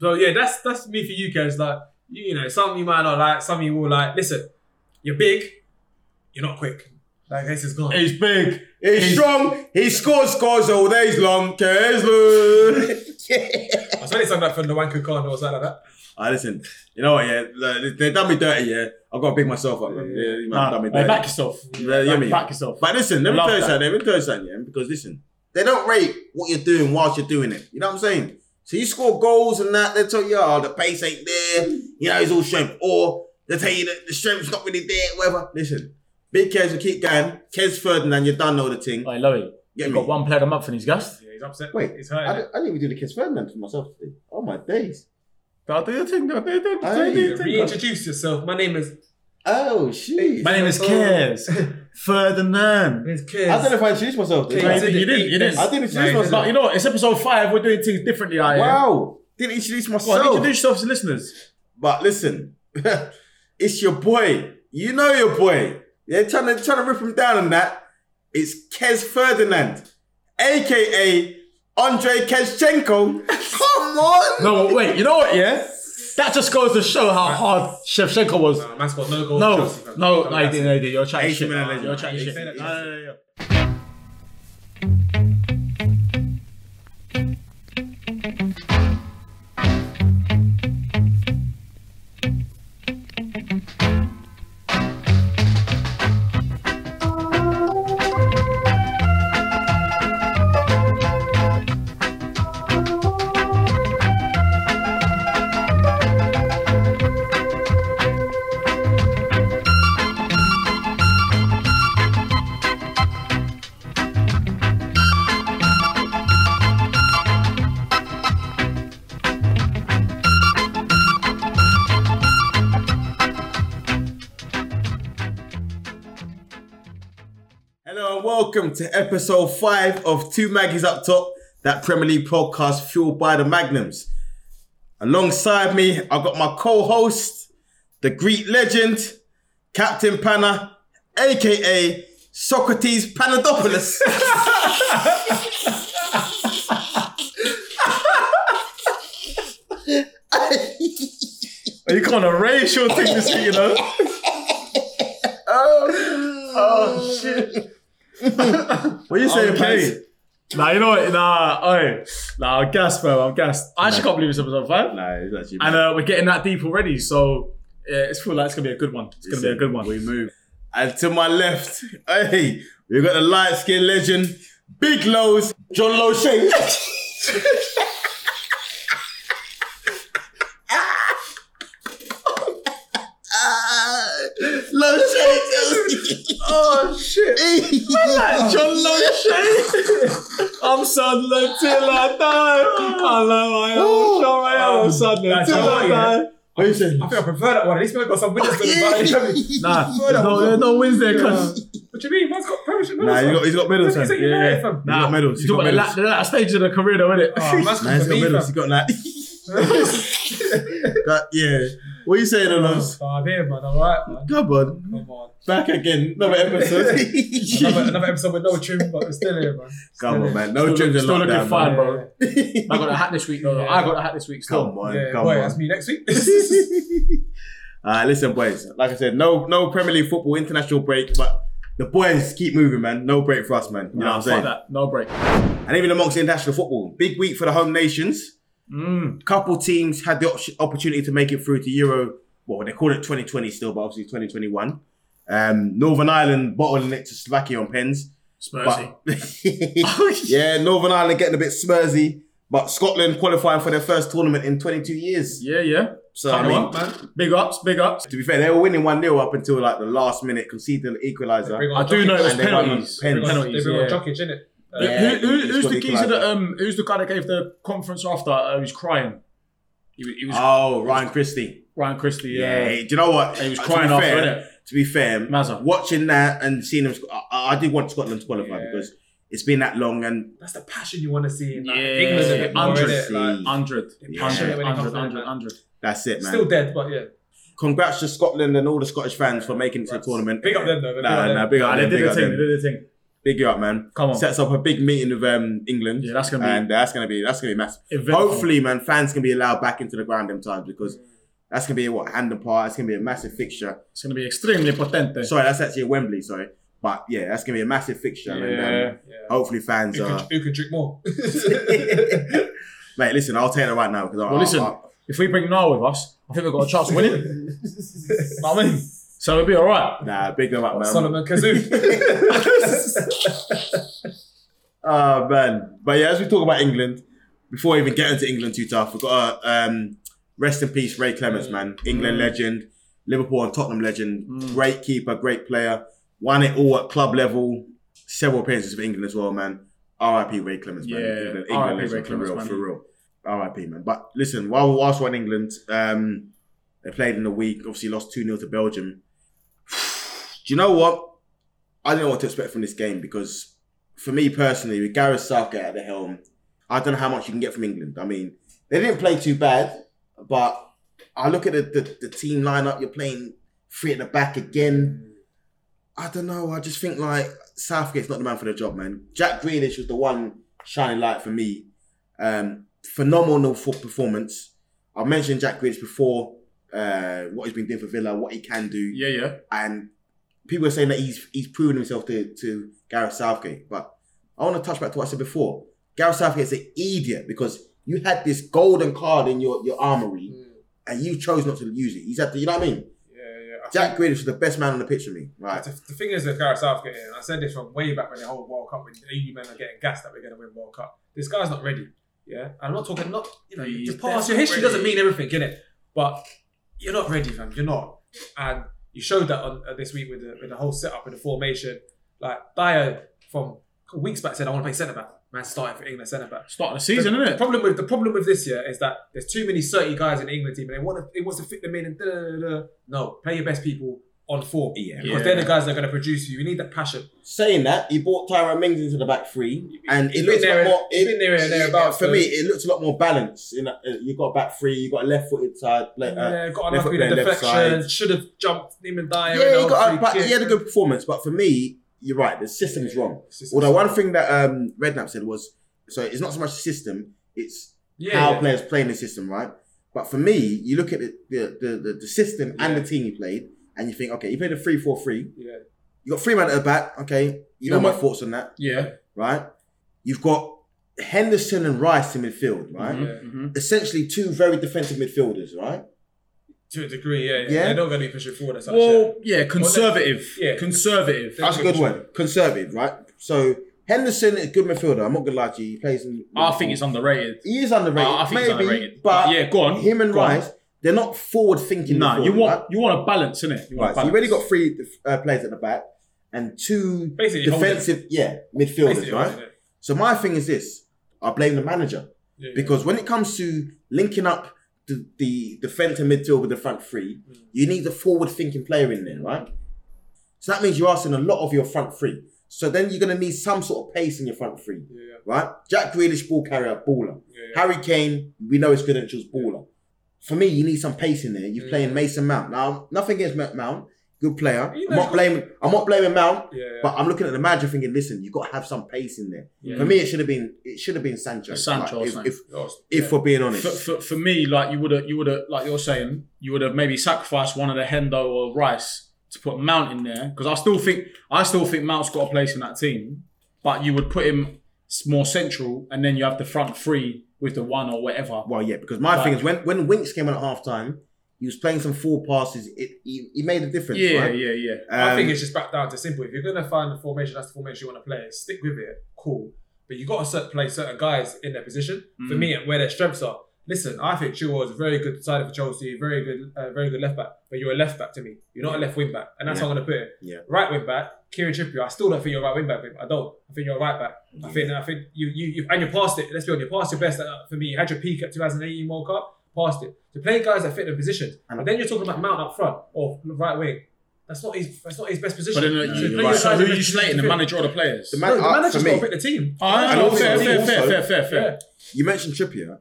So yeah, that's that's me for you guys. Like you, you know, some you might not like, some you will like. Listen, you're big, you're not quick. Like this is gone. He's big. He's, He's- strong. He scores scores all days long. Kesler. I saw this song like from the Wanker Khan or something like that. Ah, listen. You know what? Yeah, like, they done me dirty. Yeah, I've got to big myself up. Man. Yeah, you man Nah, done me hey, dirty. back yourself. Yeah, you know what I Like, mean? back yourself. But listen, let me Love tell you that. something. Let me tell you something, yeah, because listen, they don't rate what you're doing whilst you're doing it. You know what I'm saying? So you score goals and that, they tell you, oh, the pace ain't there. You know, it's all strength. Or they tell you that the strength's not really there, whatever. Listen, big Kez will keep going. Kez Ferdinand, you done know the thing. Hey, Lowy, Get you've me? got one player a month in his guys. Yeah, he's upset. Wait, he's I, hurting. di- I didn't even do the Kez Ferdinand for myself today. Oh my days. They'll do your thing. They'll do your thing. Hey. they'll do your thing. Reintroduce yourself. My name is Oh, shit. My name is Cares. Ferdinand. is I don't know Kez. if I introduced myself. Did I? Kez. You didn't- you didn't. I didn't introduce No, you myself. But you know what? It's episode five. We're doing things differently out here. Wow. Didn't introduce Go on, myself. introduce yourself to listeners. But listen, it's your boy. You know your boy. Yeah, trying to trying to rip him down on that. It's Kes Ferdinand, aka Andre Keschenko. Come on. No, but wait. You know what? Yeah, that just goes to show how hard Shevchenko was. No, man's got no goal. No, for Chelsea, fam. no, Don't no, you ask me. didn't. no, you didn't. You're chatting Asian shit. man, legend. You're chatting You shit. said it. No, no, no, no. Hello and welcome to episode five of Two Maggies Up Top, that Premier League podcast fueled by the Magnums. Alongside me, I've got my co-host, the Greek legend, Captain Panna, aka Socrates Panadopoulos. Are you going to racial thing this week? You know? oh shit. What are you saying, Okay. Paz? Nah, you know what? Nah, oh, nah, I'm gassed, bro. I'm gassed. I actually can't believe it's episode five. Nah, it's actually. And uh, we're getting that deep already, so yeah, it's feel like it's gonna be a good one. It's gonna be a good one. We move. And to my left, hey, we've got the light skinned legend, Big Lows, John Loshay. Loshay. Oh shit! John Loshay. I'm Sunderland till I die. "Ah." I know I am. Oh. sure I am. I'm Sunderland That's till I right, die. What are you saying? I think I prefer that one. At least we've got some winners for the Nah, there's no, there's no wins there, cuz. What do you mean? Man's got premiership Nah, medals. he's got, fam. he's got medals, Look, he's son. at Yeah, United, yeah. fam. He's got medals. He's You got talk about medals. Ah, that, that stage of the career, though, innit? Oh, man's Nah, got he's for got me, medals. fam. He's got that. Got- Yeah. What are you saying, Alonso? Stop here, man. All right, man. Come on. Come on. Back again, another episode. Another, another episode with no tune, but we're still here, man. Still Come on, here. man. No gyms in still looking lockdown, man. fine, bro. I got a hat this week, though. Yeah. I got a hat this week, still. Come on, Yeah, come boy, on. that's me next week. Uh, listen, boys. Like I said, no, no Premier League football international break, but the boys keep moving, man. No break for us, man. You know what I'm Fuck saying? that. No break. And even amongst international football, big week for the home nations. Mm. Couple teams had the op- opportunity to make it through to Euro. Well, they call it 2020 still, but obviously 2021. Um, Northern Ireland bottling it to Slovakia on pens. Spursy. But, yeah, Northern Ireland getting a bit smursy, but Scotland qualifying for their first tournament in 22 years. Yeah, yeah. So, I mean, Come on, man. Big ups, big ups. to be fair, they were winning 1 0 up until like the last minute, conceded the equaliser. Bring on I do know it was And they won penalties. on They've pens. got- they've Penalties, got yeah. Jokic, innit? Uh, Yeah. Who, who, he's who's got the the geezer equaliser. that um who's the guy that gave the conference after uh, he was crying? He was, he was Oh, Ryan Christie. Ryan Christie, Yeah. yeah. do you know what? He was To be crying after, fair- innit? To be fair, Mazza. watching that and seeing them, sc- I, I did want Scotland to qualify Yeah. because it's been that long and That's the passion you want to see in like, Yeah. England a bit more, Hundred. innit? Like, Hundred. They're passionate Hundred. when it comes Hundred. to Hundred. that. Hundred. that's it, man. Still dead, but yeah. Congrats to Scotland and all the Scottish fans for making it to the Right. tournament. Big up them though. Big Nah, up them. nah, big up Nah, They them, did big their up thing. They them. did their thing. Big you up, man. Come on. Sets up a big meeting with um, England. Yeah, that's gonna be- and that's gonna be that's gonna be massive. Eventful. Hopefully, man, fans can be allowed back into the ground them times because that's gonna be what hand apart. It's gonna be a massive fixture. It's gonna be extremely potente. Sorry, that's actually a Wembley. Sorry, but yeah, that's gonna be a massive fixture. And, um, Yeah. hopefully, fans Who are. could, who could drink more? Mate, listen, I'll take that right now because well, listen, if we bring Noah with us, I think we've Oh, got a chance of winning. Know what I mean, so it'll be all right. nah, big them up, man. Solomon Kazoo. Oh man. But yeah, as we talk about England, before we even get into England too tough, we've got to um, rest in peace, Ray Clements, man. England legend, Liverpool and Tottenham legend, great keeper, great player, won it all at club level, several appearances for England as well, man. R.I.P. Ray Clements, man. Yeah, England, R.I.P. England Ray legend for Clements, real, man. for real. R.I.P. man. But listen, while whilst we're in England, um, they played in the week, obviously lost 2 0 to Belgium. Do you know what? I didn't know what to expect from this game because, for me personally, with Gareth Southgate at the helm, I don't know how much you can get from England. I mean, they didn't play too bad, but I look at the, the, the team lineup. You're playing three at the back again. I don't know. I just think like Southgate's not the man for the job, man. Jack Greenish was the one shining light for me. Um, phenomenal for performance. I mentioned Jack Greenish before. Uh, what he's been doing for Villa, what he can do Yeah, yeah. and people are saying that he's he's proven himself to, to Gareth Southgate. But I want to touch back to what I said before. Gareth Southgate's an idiot because you had this golden card in your, your armory and you chose not to use it. He's had to, you know what I mean? Yeah, yeah. I Jack Grealish was the best man on the pitch for me. Right. The, the thing is with Gareth Southgate, and I said this from way back when the whole World Cup, when the EU men are getting gassed that we're going to win World Cup. This guy's not ready. Yeah, and I'm not talking not you know He's just past your definitely history doesn't ready. mean everything, innit? But you're not ready, fam. You're not, and you showed that on uh, this week with the, with the whole setup with the formation. Like Dyer from weeks back said, I want to play centre back. Man, starting for England centre back. Start of the season, isn't The it? problem with the problem with this year is that there's too many 30 guys in the England team and they want to it wants to fit them in and da, da, da, da. no play your best people on form Yeah. Uh, because they're the guys that are going to produce you you need that passion Saying that, he brought Tyrone Mings into the back three and He's it looks been a there- lot more. he's It, been there and thereabouts, for so- me, it looks a lot more balanced. You know, uh, you've got a back three, you've got a left footed side. Like, uh, yeah got left enough foot with the there, left deflection should have jumped Neiman Dyer yeah, in he, the got, whole a- but free he had a kick. good performance. But for me, you're right, the system's Yeah, wrong. it's just- Although one thing that um, Redknapp said was, so it's not so much the system, it's yeah, how yeah. players play in the system, right? But for me, you look at the the, the, the, the system and the team he played, and you think, okay, he played a 3-4-3. yeah You got three men at the back, okay. You know my thoughts on that, Yeah. right? You've got Henderson and Rice in midfield, right? Mm-hmm. Mm-hmm. Mhm. Essentially, two very defensive midfielders, right? to a degree yeah, yeah. Yeah. they're not going to be pushing forward as such Well, yeah, conservative. Yeah. Conservative. Yeah. That's a good one. Conservative, right? So Henderson is a good midfielder. I'm not gonna lie to you. He plays. In I think it's underrated. he is underrated. I think maybe, he's underrated. but Yeah, go on. Him and Go on. Rice, they're not forward thinking. No, midfield, you right? want you want a balance, innit? You want Right, a so you've balance. already got three uh, players at the back and two Basically, hold defensive, yeah, midfielders, Basically, right? isn't it? So my thing is this: I blame the manager Yeah, yeah. because when it comes to linking up the, the defense and midfield with the front three, Mm. you need a forward-thinking player in there, right? So that means you're asking a lot of your front three. So then you're going to need some sort of pace in your front three, yeah, yeah, right? Jack Grealish, ball carrier, baller. yeah, yeah. Harry Kane, we know his credentials, baller. For me, you need some pace in there. You're Mm. playing Mason Mount. Now, nothing against Ma- Mount, good player. He I'm knows not blaming. I'm not blaming Mount, yeah, yeah. but I'm looking at the manager thinking, listen, you've got to have some pace in there. Yeah. For me, it should have been it should have been Sancho. Sancho like, or if, something. if, Lost. if Yeah. we're being honest, For, for, for me, like you would have, you would have, like you're saying, you would have maybe sacrificed one of the Hendo or Rice to put Mount in there because I still think I still think Mount's got a place in that team, but you would put him s- more central, and then you have the front three with the one or whatever. well, yeah, because my Like- thing is when when Winks came on at half time, he was playing some four passes. It he, he made a difference. Yeah, right? yeah, yeah. I Um, think it's just back down to simple. If you're gonna find the formation, that's the formation you want to play. Stick with it, cool. But you got to play certain guys in their position. For Mm. me, and where their strengths are. Listen, I think Chilwell is a very good side for Chelsea, very good, uh, very good left back. But you're a left back to me. You're not a left wing back, and that's how I'm gonna put it. Yeah. Right wing back, Kieran Trippier. I still don't think you're a right wing back. babe. I don't. I think you're a right back. I think. I think you. You. you and you passed it. Let's be honest. You passed your best uh, for me. You had your peak at 2018 World Cup. Passed it. To play guys that fit the positions, And- and then you're talking about Mount up front or right wing. That's not his. That's not his best But position. then, uh, No, you- you're right. so who are you slating, the manager or the players? The ma- No, the Uh, manager's for got to me. pick the team. Oh, I And know, also- fair, fair, fair, also- fair, fair, fair. you mentioned Trippier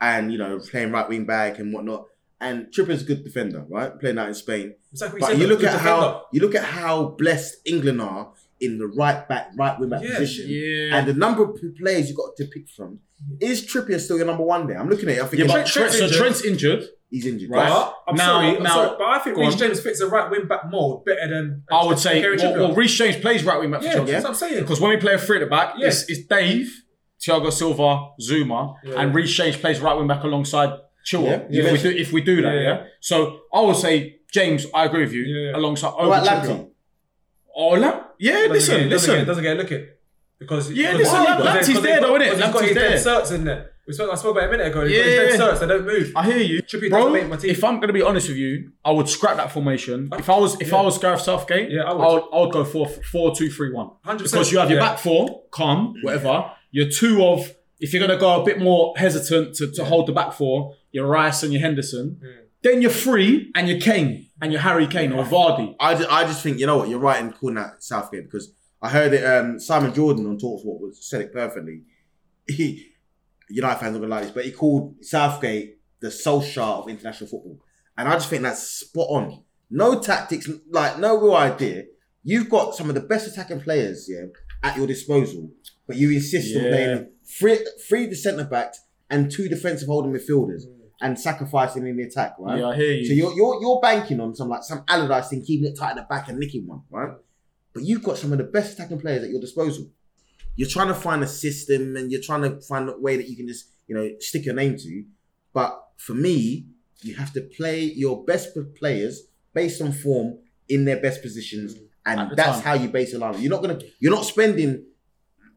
and you know playing right wing back and whatnot. And Trippier's a good defender, right? Playing out in Spain. Exactly. But you look at how you look at how blessed England are in the right back, right wing back Yeah, position. Yeah. And the number of players you got to pick from is Trippier still your number one there? I'm looking at it. I think yeah, but Trent- Trent, Trent's so injured. Trent's injured. he's injured. Right. But I'm Now- sorry, I'm now- sorry, but I think go Reece on. James fits a right wing back mold better than I would say, Gary well, Trippier. well Reece James plays right wing back for yeah, Chelsea. that's what I'm saying. Because when we play a three at the back, Yeah. it's, it's Dave, Thiago Silva, Zuma, Yeah. and Reece James plays right wing back alongside Chilwell. Yeah. If, we do, if we do that, Yeah. yeah. So I would say, James, I agree with you, Yeah. alongside All over right, Chilwell. Lamptey. Oh, Lam- yeah, Doesn't listen, get- doesn't listen. get- doesn't get a look at because Yeah, because- listen, because Lam- they- Lamptey's because there they've though, got- innit? because he's got his Lamptey's dead certs in there. We spoke, I spoke about it a minute ago. He's got Yeah. his dead certs. They don't move. I hear you, Trippier doesn't bro. make my team. If I'm gonna be honest with you, I would scrap that formation. If I was, if I was Gareth Southgate, Yeah, I would. I would, I would go four, four, two, three, one. 100%. Because you have your Yeah. back four, calm, whatever. Your two of, if you're gonna go a bit more hesitant to, to hold the back four, your Rice and your Henderson. Then your three and your Kane and your Harry Kane or Vardy. I just, I just think you know what you're right in calling out Southgate because I heard it. Um, Simon Jordan on Talks What was said it perfectly. He, United fans are gonna like this, but he called Southgate the Solskjaer of international football, and I just think that's spot on. No tactics, like no real idea. You've got some of the best attacking players, yeah, at your disposal, but you insist on Yeah. playing three, three the centre backs and two defensive holding midfielders, and sacrificing in the attack, right? Yeah, I hear you. So you're you're you're banking on some like some Allardyce thing, keeping it tight at the back and nicking one, right? But you've got some of the best attacking players at your disposal. You're trying to find a system and you're trying to find a way that you can just you know stick your name to. But for me, you have to play your best p- players based on form in their best positions, Mm. At and the that's time. how you base a lineup. You're not gonna you're not spending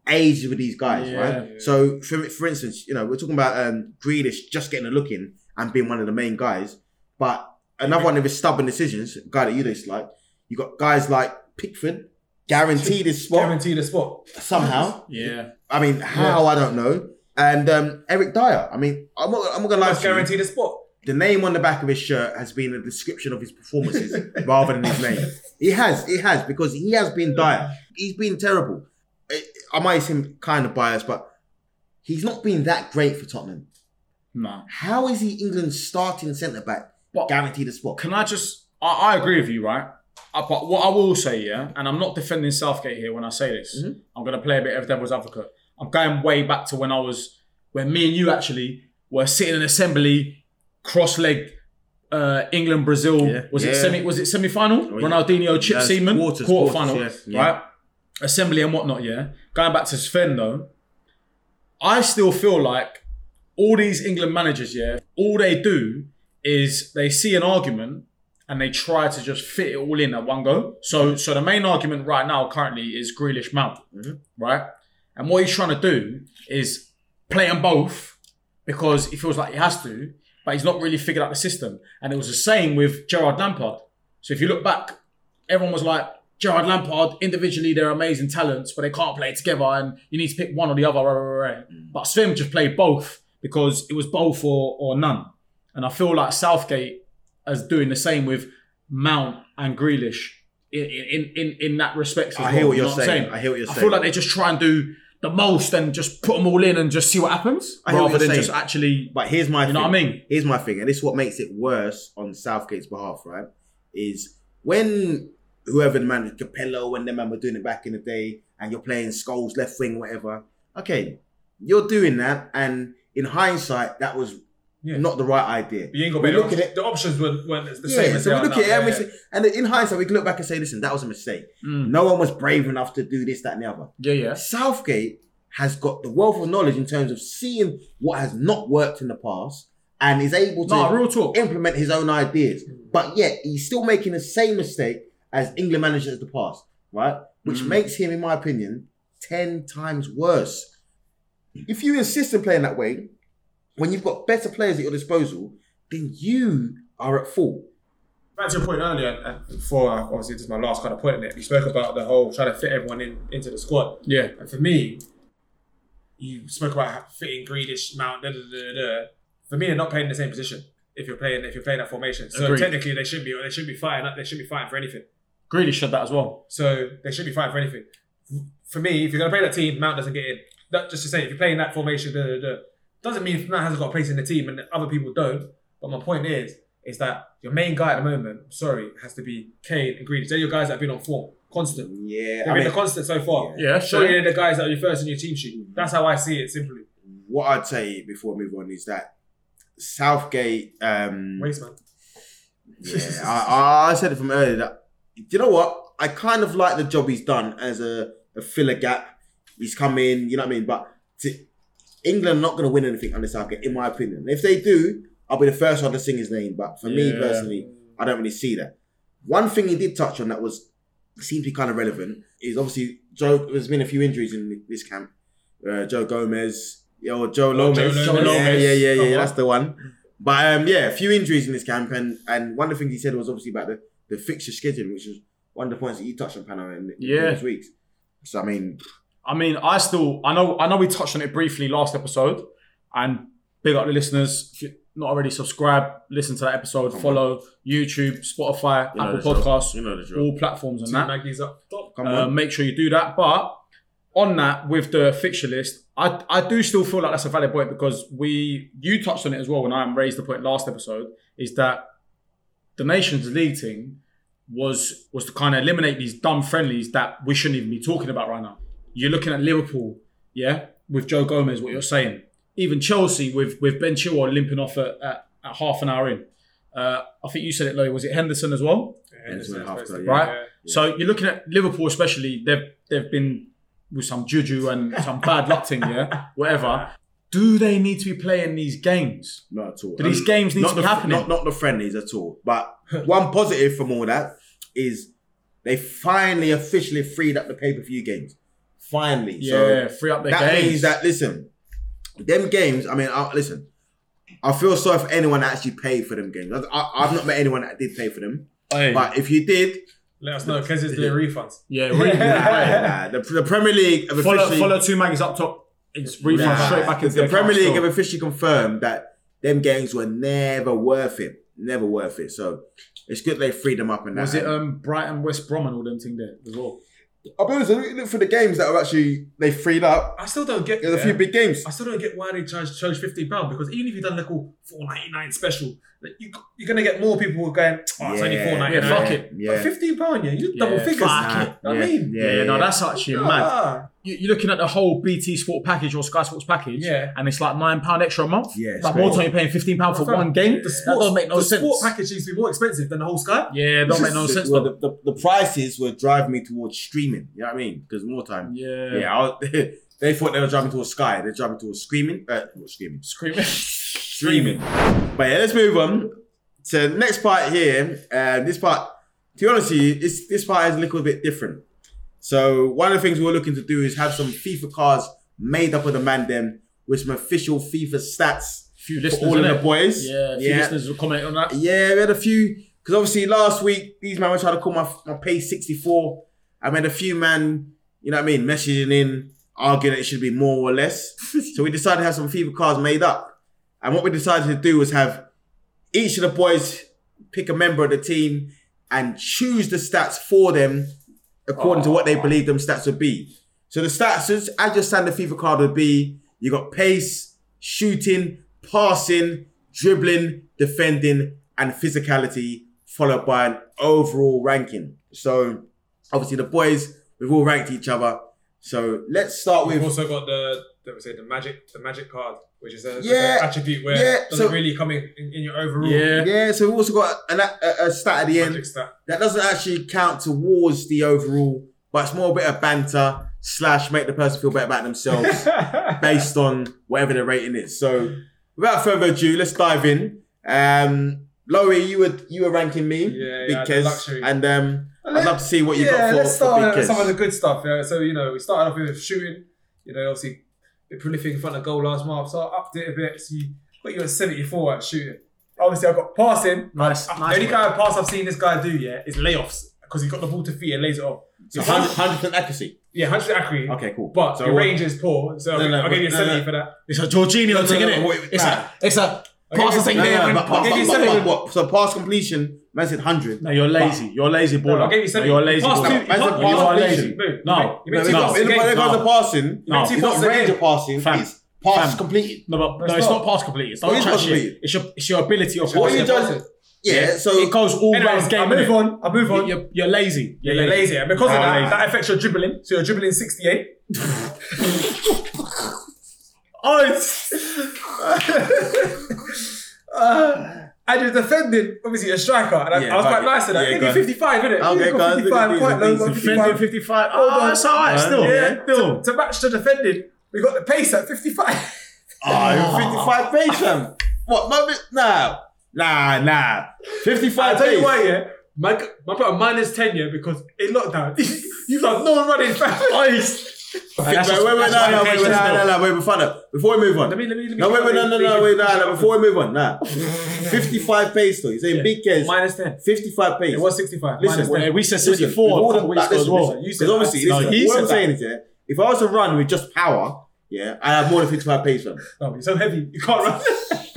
ages with these guys, Yeah, right? yeah. So for for instance, you know we're talking about um, Grealish just getting a look in and being one of the main guys, but another one of his stubborn decisions, a guy that you dislike. You got guys like Pickford, guaranteed his spot Guaranteed a spot. somehow. yeah. I mean, how I don't know. And um, Eric Dyer. I mean, I'm not, I'm not gonna lie. That's to you guaranteed a spot. the name on the back of his shirt has been a description of his performances rather than his name. It has, it has, because he has been dire. He's been terrible. I- I might seem kind of biased, but he's not been that great for Tottenham. Nah. How is he England's starting centre back, But- guaranteed a spot? Can I just? I, I agree with you, right? Uh, but what I will say, yeah, and I'm not defending Southgate here when I say this. Mm-hmm. I'm going to play a bit of devil's advocate. I'm going way back to when I was, when me and you actually were sitting in assembly, cross-legged. Uh, England Brazil Yeah. was it Yeah. Oh, semi was it semi final yeah. Ronaldinho Chip Yes, Seaman quarters, quarter final quarters, yeah. right assembly and whatnot yeah going back to Sven though I still feel like all these England managers, yeah, all they do is they see an argument and they try to just fit it all in at one go. So, so the main argument right now currently is Grealish Mount, Mm-hmm. right? And what he's trying to do is play them both because he feels like he has to, but he's not really figured out the system. And it was the same with Gerard Lampard. So if you look back, everyone was like, Gerard Lampard, individually, they're amazing talents, but they can't play together and you need to pick one or the other. Right, right, right. Mm. But Swim just played both because it was both or, or none. And I feel like Southgate is doing the same with Mount and Grealish in, in, in, in that respect. as I well, hear what you you're know I'm saying. I hear what you're I saying. feel like they just try and do the most and just put them all in and just see what happens I hear what rather than you're just saying. actually. But here's my You thing. know what I mean? Here's my thing, and this is what makes it worse on Southgate's behalf, right? Is when whoever the man Capello when them man were doing it back in the day, and you're playing skulls left wing, whatever. Okay, you're doing that, and in hindsight, that was Yeah. not the right idea. You ain't got we better look at options. it. The options weren't, weren't the same Yeah, as so they we are look now. at it, and, Yeah, we yeah. say, and in hindsight, we can look back and say, "Listen, that was a mistake. Mm. No one was brave enough to do this, that, and the other." Yeah, yeah. Southgate has got the wealth of knowledge in terms of seeing what has not worked in the past and is able to No, real talk. implement his own ideas. But yet he's still making the same mistake as England managers of the past, right? Which Mm. makes him, in my opinion, ten times worse. If you insist on playing that way, when you've got better players at your disposal, then you are at fault. Back to your point earlier, and before uh, obviously this is my last kind of point in it. You spoke about the whole trying to fit everyone in into the squad. Yeah. And for me, you spoke about how fitting Greedish, Mount, da da da da, da. For me, they're not playing in the same position. If you're playing, if you're playing that formation, so Agreed. technically they should be, they should be fighting, they should be fighting for anything. Grealish said that as well. So they should be fighting for anything. For me, if you're going to play that team, Mount doesn't get in. That, just to say, if you're playing that formation, da, da, da, doesn't mean Mount hasn't got a place in the team and other people don't. But my point is, is that your main guy at the moment, sorry, has to be Kane and Greenish. They're your guys that have been on form. Constant. Yeah, They've I been mean, the constant so far. Yeah, So sure. they're the guys that are your first in your team sheet. Mm. That's how I see it simply. what I'd say before we move on is that Southgate. Um, Waste man. yeah, I, I said it from earlier. That, you know what? I kind of like the job he's done as a, a filler gap. He's come in, you know what I mean? But to, England not going to win anything under Southgate, in my opinion. If they do, I'll be the first one to sing his name. But for me Yeah. personally, I don't really see that. One thing he did touch on that was seemed to be kind of relevant is obviously Joe. There's been a few injuries in this camp. Uh, Joe Gomez, yeah, or Joe Oh, Lomez. Joe Yeah, Lomez. Yeah, yeah, yeah, Come yeah. on. Uh-huh. That's the one. But um, yeah, a few injuries in this camp, and and one of the things he said was obviously about the, the fixture schedule, which is one of the points that you touched on, Pano, in Yeah. previous weeks. So I mean, I mean, I still, I know, I know we touched on it briefly last episode, and big up the listeners. If you're not already subscribed, listen to that episode, Come on. follow YouTube, Spotify, You know Apple the drill. Podcasts, You know the drill. all platforms, and Two that. Maggie's up top. come Uh, on, make sure you do that. But on that, with the fixture list, I, I do still feel like that's a valid point because we you touched on it as well when I raised the point last episode is that the Nations League team was was to kind of eliminate these dumb friendlies that we shouldn't even be talking about right now. You're looking at Liverpool, yeah, with Joe Gomez, what you're saying. Even Chelsea with with Ben Chilwell limping off at, at, at half an hour in. Uh, I think you said it, Lowe. Was it Henderson as well? Yeah, it's been half first time, team, yeah. right? yeah. So you're looking at Liverpool, especially they've they've been with some juju and some bad luck thing, yeah, whatever. Do they need to be playing these games? not at all. Um, Do these games need not to be the, happening? Not, not the friendlies at all. But one positive from all that is they finally officially freed up the pay per view games. Finally. So yeah, free up their that games. means that, listen, them games, I mean, I, listen, I feel sorry for anyone that actually paid for them games. I, I, have not met anyone that did pay for them. Hey, But if you did, Let us know. Kez is doing refunds. yeah, really. nah, really. nah, the, the Premier League have follow officially. follow two mags up top. It's refund Nah, straight back into the their Premier account League have still. officially confirmed that them games were never worth it. Never worth it. So it's good they freed them up and that. Was it um, Brighton, West Brom, and all them thing there as well? I'll be honest, I look for the games that are actually they freed up. I still don't get. There's a few yeah. big games. I still don't get why they charge charge fifteen pound because even if you've done like a four ninety nine special, like you you're gonna get more people who are going. Oh, it's only four ninety Yeah, fuck nine. it. But Yeah. fifteen pound, yeah, you Yeah, double figures. fuck Nah. it. I mean, Yeah, no, that's actually mad. Ah, You- You're looking at the whole BT Sport package or Sky Sports package, Yeah. and it's like nine pound extra a month. Yeah, it's like more crazy. time you're paying fifteen pound for Fam, one game. The that sports, don't make no the sense. sport package seems to be more expensive than the whole Sky. Yeah, it don't make no This is- sense. well, though. the, the, the prices were driving me towards streaming. You know what I mean? Because more time. Yeah, yeah. I was, they thought they were driving towards Sky. They're driving towards screaming. Uh, not screaming. Screaming. Streaming. But yeah, let's move on to the next part here. Um, this part, to be honest with you, this, this part is a little bit different. So one of the things we we're looking to do is have some FIFA cards made up of the man them with some official FIFA stats Few for listeners, all of the innit? boys. Yeah, few yeah. listeners will comment on that. Yeah, we had a few because obviously last week these man were trying to call my my pay sixty four. I had a few man, you know what I mean, messaging in, arguing it should be more or less. so we decided to have some FIFA cards made up, and what we decided to do was have each of the boys pick a member of the team and choose the stats for them according to what they believe them stats would be. So the stats, is- as your standard FIFA card would be, you got pace, shooting, passing, dribbling, defending, and physicality, followed by an overall ranking. So obviously the boys, we've all ranked each other. So let's start We've with also got the let me say the magic the magic card, which is a, Yeah. an attribute where Yeah, it doesn't so- really come in, in, in your overall Yeah. yeah. So we've also got an, a, a stat at the end magic stat. that doesn't actually count towards the overall, but it's more a bit of banter slash make the person feel better about themselves. based on whatever the rating is. So without further ado, let's dive in. Um Laurie, you were you were ranking me, Yeah, Big yeah, the Kez, luxury. and um, I'd Let- love to see what you yeah, got for, let's for start Big with some of the Kez. good stuff. Yeah, so you know we started off with shooting. You know, obviously bit prolific in front of goal last month, so I upped it a bit. So you got you at seventy four at shooting. Obviously, I've got passing. Nice, The nice. only one. kind of pass I've seen this guy do yeah is layoffs because he's got the ball to feet and lays it off. So 100 percent accuracy. Yeah, hundred accurate. Okay, cool. But So your what- range is poor, so No, I'll- no, I'll give you a no, 70 no. for that. It's a Jorginho no, thing, no, innit? wait, It's nah. a it's a Okay, pass the you- thing No, there. no, and but- pass- but- give you but- seven. but what- So pass completion, man said 100. No, you're lazy. You're lazy No, I'll baller. give you No, seven. you're a lazy Pass baller. two- Man's a you You pass are can't- lazy. No, you No, make- you No, make it's two passes a not- it's not- game. when it comes to passing, No. it's not range of passing, Fam. it's pass Fam. completed. No, but no, It's it's not. not pass complete. It's What not is chat pass shit. complete? It's your it's your ability of What are you passing. judging? yeah, so it goes all Anyways, round game. I move innit? on. I move on. You're, you're lazy. Yeah, you're lazy. And because of Oh, that, lazy. that affects your dribbling. So you're dribbling 68. oh, it's- Uh, and you're defending, obviously, a striker. And I, Yeah, I was okay. quite nice to that. Yeah, Maybe go on. 55, innit? Okay, Maybe go on. 55, quite low. Defending 55. 55. Oh, on. that's all right. Yeah. Still, Yeah. still. To match the defending, we got the pace at 55. oh, 55 pace, fam. What? My, bit- nah, nah, nah. 55 I tell you pace. why, yeah. My my brother minus ten, yeah, because in lockdown you've got no one running. fam. Wait, wait, wait, no, no, wait, wait, no, no, no, wait, before that, before we move on. Let me- let me- let me- No, wait, wait, no, no, no, wait, no, no, Please. before we move on, nah. 55 pace, though. You're saying big kids. minus ten. 55 pace. It was sixty-five. Listen, Minus wait, ten. Yeah, we said Listen, 64. with all the- Couple like, weeks ago as listen, well. listen, you said- No, obviously, he listen, said what I'm that. saying is, yeah, if I was to run with just power, yeah, I have more than 55 pace, fam. No, you're so heavy, you can't run.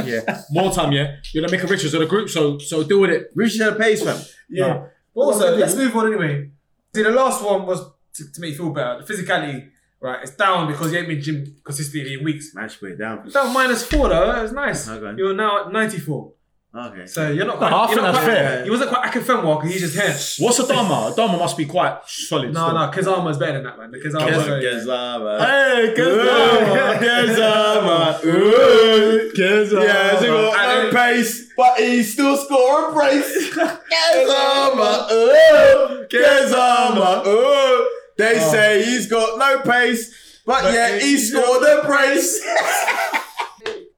Yeah. More time, yeah. You're the maker richest of the group, so so deal with it. Reaching that pace, fam. yeah. No. But also, let's move on anyway. See, the last one was to, to make you feel better. The physicality, right? It's down because you ain't been gym consistently in weeks. Man, should put it down. That was minus four though. That was nice. Okay. You're now at ninety-four. Okay. So you're not. Quite, I think you're not that's quite- fair. He wasn't quite Akinfenwa because he's just here. What's a Dharma? A Dharma must be quite solid. No, still. no, Kazama's better than that, man. The Kazama's better. Kazama. Hey, Kazama. Kazama. Ooh. Yeah, he got no And- pace, but he still scored a brace. Kazama, oh, Kazama, oh. They say he's got no pace, but, But yet he he- scored a brace.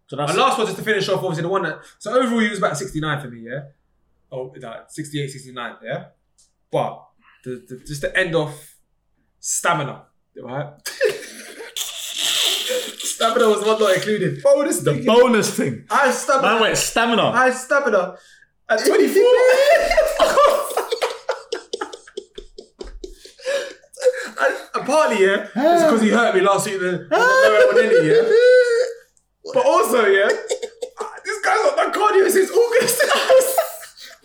So that's And last one, just to finish off, obviously, the one that. So overall, he was about 69 for me, yeah? Oh, no, 68, 69, yeah? But the, the, just to end off, stamina, right? stamina was one not included. Bonus the thinking. bonus thing. I have stamina. Man went stamina. I have stamina. At 24. And- and Partly, yeah, it's because he hurt me last week. The, the, the, yeah? But also, yeah, this guy's not done cardio since August.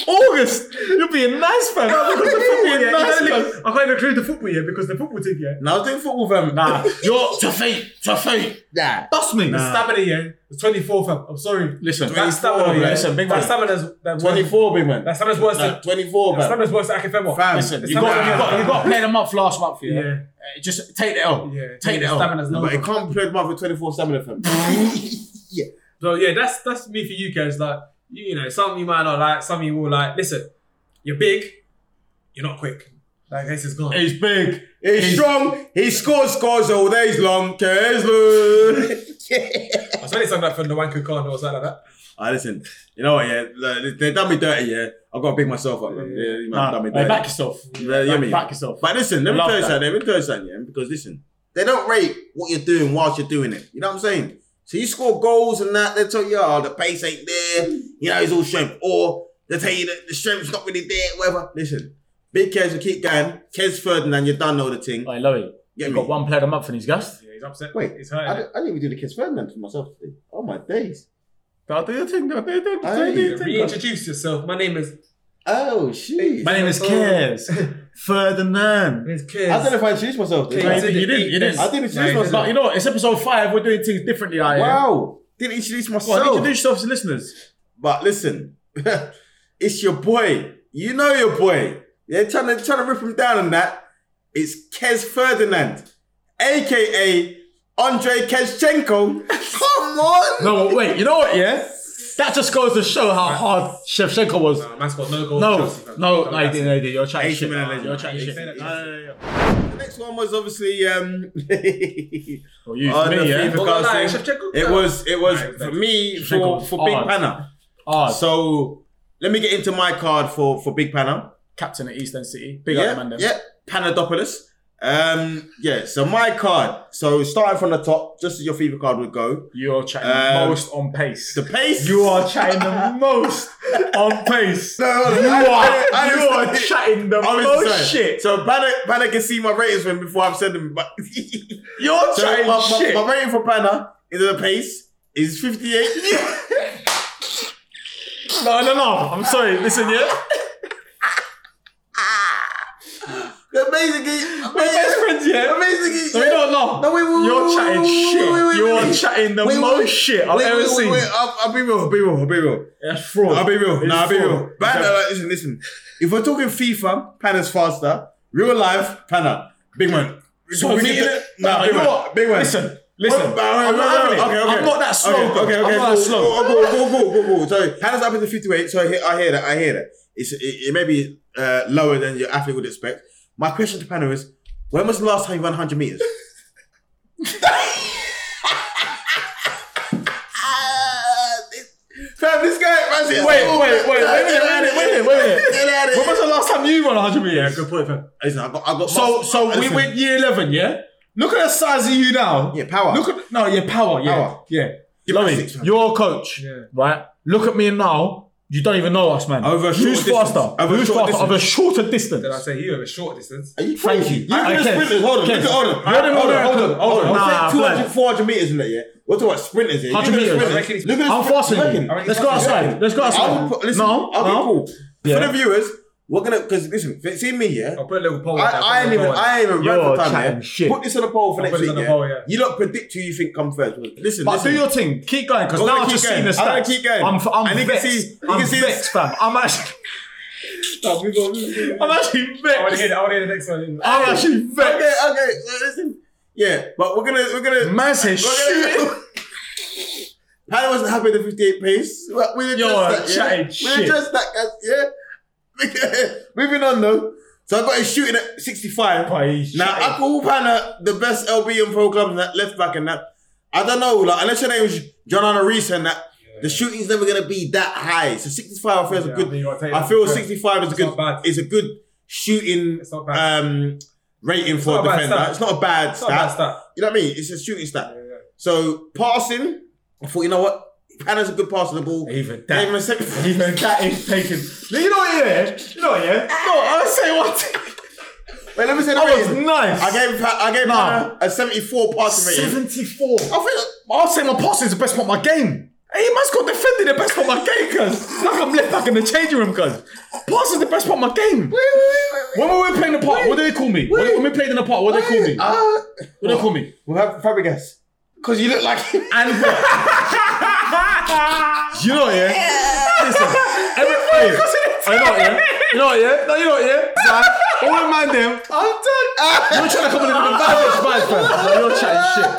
August. You're being nice, fam. No, because the football, yeah, You're nice, you fam. don't- I can't even include the football yeah, because the football team, yeah. Now I think football fam. Nah, you're to fate, to fate. nah. Dust me. The stamina, yeah, the 24th, fam. I'm sorry. Listen, That stamina, man. yeah. Listen, big that man. stamina's, that worse, 24, big man. that stamina's worse Nah, than, 24, that man. stamina's worse than Akifemo. Fam, Listen, it's you got, stamina. you got, you got to play them up for last month, yeah. Yeah. Uh, Just take the L. Yeah. Take the the L. stamina's But low. it can't be played with 24 stamina fam. So, yeah, that's, that's me for you guys. Like, you you know, some you might not like, some you will like. Listen, you're big, you're not quick. Like, this is gone. He's big. He's strong. He scores, scores all days long. Kesler. I saw something like from the Wanku Khan or something like that. I Ah, listen. You know what? Yeah, like, they done me dirty. Yeah, I gotta pick myself up. Man. Yeah, you man, Nah, done me hey, dirty. back yourself. Yeah, you know what I mean? Back yourself. But listen, let me Love tell you that. something. Let me tell you something. Yeah, because listen, they don't rate what you're doing whilst you're doing it. You know what I'm saying? So you score goals and that. They tell you, oh, the pace ain't there. You know, it's all strength. Or they tell you that the strength's not really there. Whatever. Listen, big Kez will keep going. Kez Ferdinand, you done know the thing. Hey, Lowy, Get you me. got one player a month for these guys. Yeah, he's upset. Wait, he's I, hurting. didn't- I didn't even do the Kez Ferdinand for myself today. Oh my days. They'll do your thing. They'll do your thing. Hey. They'll do your thing. Reintroduce yourself. My name is. Oh shit. My name is Cares. Ferdinand. It's I don't know if I introduced myself. did I? Hey, you didn't- you didn't. I didn't introduce No, you myself. But you know what? It's episode five. We're doing things differently out here. Wow. Didn't introduce Go on, myself. introduce yourself to listeners. but listen, it's your boy. You know your boy. Yeah, trying to trying to rip him down on that. It's Kez Ferdinand, aka Andre Kezchenko. Come on. No, wait. You know what? Yeah, that just goes to show how hard Shevchenko was. No, man's got no goals. No, Chelsea, fam. no, no, you that's didn't. No, you didn't. You're chatting 80 shit. minute legend. You're chatting You shit. say that, No, you no, say no, no. The next one was obviously um. Oh, you, Oh, no, me, yeah. Well, FIFA. Because like, they- Shevchenko- it was it was Right, for but- me for Shevchenko's for Big hard. Panna. Ah, so, So let me get into my card for for Big Panna. captain at East End City. Big yeah, up, man. them. yeah, Panadopoulos. Um, yeah, so my card. So starting from the top, just as your fever card would go. You are chatting Um, the most on pace. The pace. You are chatting the most on pace. No, no, no, you I- are, I- I you understand are it. chatting the I was most saying. shit. So Banner, Banner can see my ratings from before I've said them. But You're so my, chatting my, shit. my rating for Banner is the pace is fifty eight. no, no, no. I'm sorry. Listen, yeah. basically, my best friends, yeah. Amazing. So we don't know. No, wait, wait, You're wait, chatting wait, wait, shit. wait, wait, You're wait. chatting the Wait, wait, most wait. shit I've Wait, ever wait, seen. Wait, I'll, I'll be real. I'll be real. I'll be real. That's fraud. I'll be real. It's Nah, I'll be fraud. real. But It's a- uh, listen, listen. If we're talking FIFA, Pana's faster. Real life, Pana, big man. So We me can- in it? Nah, Nah, big you know man. what? Big man. Listen, listen. Wait, wait, wait, I'm not wait, having wait. it. Okay, okay. I'm not that slow, Okay, bro. okay, I'm okay. not that slow. Go, go, go, go, go, go. So Pana's up into 58. So I hear, I hear that. I hear that. It's it, it may be uh, lower than your athlete would expect. My question to Pana is, when was the last time you ran 100 meters? Ah, this- Fam, this guy, man, Wait, wait, wait, wait a minute, wait a minute, wait a minute, wait a minute. Get out of When was here. the last time you won 100 meters? Good point, fam. Listen, I got, I got. So, so we Listen. went year 11, yeah? Look at the size of you now. Yeah, power. Look at, no, yeah, power, yeah. Power. Yeah. Give Lovey, me six, man. you're a coach, Yeah. right? Look at me now. You don't even know us, man. Over a Who's shorter faster? distance. Over a Who's shorter faster? distance. Over a shorter distance. Did I say you have a short distance? Are you Thank crazy? you. You're I- the I can. sprinters. Hold on, Can. look at- hold on. You're the Hold on, American. hold on, hold on. Nah, Say I'm 200, playing. 400 meters in there, yeah. We're talking about sprinters here. 100 Look at the meters. sprinters. Look at the I'm sprinters. faster than you. Look at- Let's go outside. Let's go I outside. will put, listen, no, I'll no. be cool. For Yeah. the viewers, we're gonna because listen, see me, yeah. I'll put a little poll. I, down, I ain't put a even, little poll down. I ain't even ran You're for time. chatting Yeah? shit. Put this on the poll for I'll next put this week. on the yeah? poll, yeah. You lot predict who you think come first. Listen, But listen. do your thing. Keep going, because We're now gonna I've keep just going. seen the I'm gonna stats. keep going. I'm, I'm And you can vexed. see- you I'm can see this- vexed, fam. I'm actually, Nah, move on, move on. I'm actually I want to hear vexed. the- I want to hear the next one. I'm actually vexed. okay, okay, so listen. Yeah, but we're gonna, we're gonna. Man said we're shit. gonna- Paddy wasn't happy with the 58 pace. We- We addressed You're that. Yeah? chatting we shit. addressed that, guys. Yeah. Moving on though. So I got his shooting at 65. Now, Now, I call Pana uh, the best LB in pro club and that left back and that. I don't know, like unless your name is John Reese and that, the shooting's never gonna be that high. So 65 I feel is a Yeah, I good. mean, I'll tell you I that's feel good. 65 is a It's not good. bad. Is a good shooting It's not bad. um rating for a not a bad defender. stat. It's not a bad It's not a bad stat. stat. You know what I mean? It's a shooting stat. Yeah, yeah. So passing, I thought you know what, Pana's a good pass of the ball. even Gave him a that, second. even that is taken. You know what? Yeah, you know what? Yeah. Ah. No, I'll say what. Wait, let me say the That was rating. nice. I gave Pa- I gave Nah. Pana a seventy-four passing rating. 74. I feel I'll say my pass is the best part of my game. Hey, man's got defending the best part of my game, cuz. Like I'm left back in the changing room, cuz. Pass is the best part of my game. When we were playing the part, what did they call me? When when we played in the part, what did they call me? What Uh, did they call me? we'll have Fabregas. Because you look like him. And you know, yeah. Listen, every, hey, you know, yeah. You know, yeah. No, you know, yeah. Like, all the man them. I'm done. Ah. You're trying to come in with a garbage bag, fam. Like, you're chatting shit.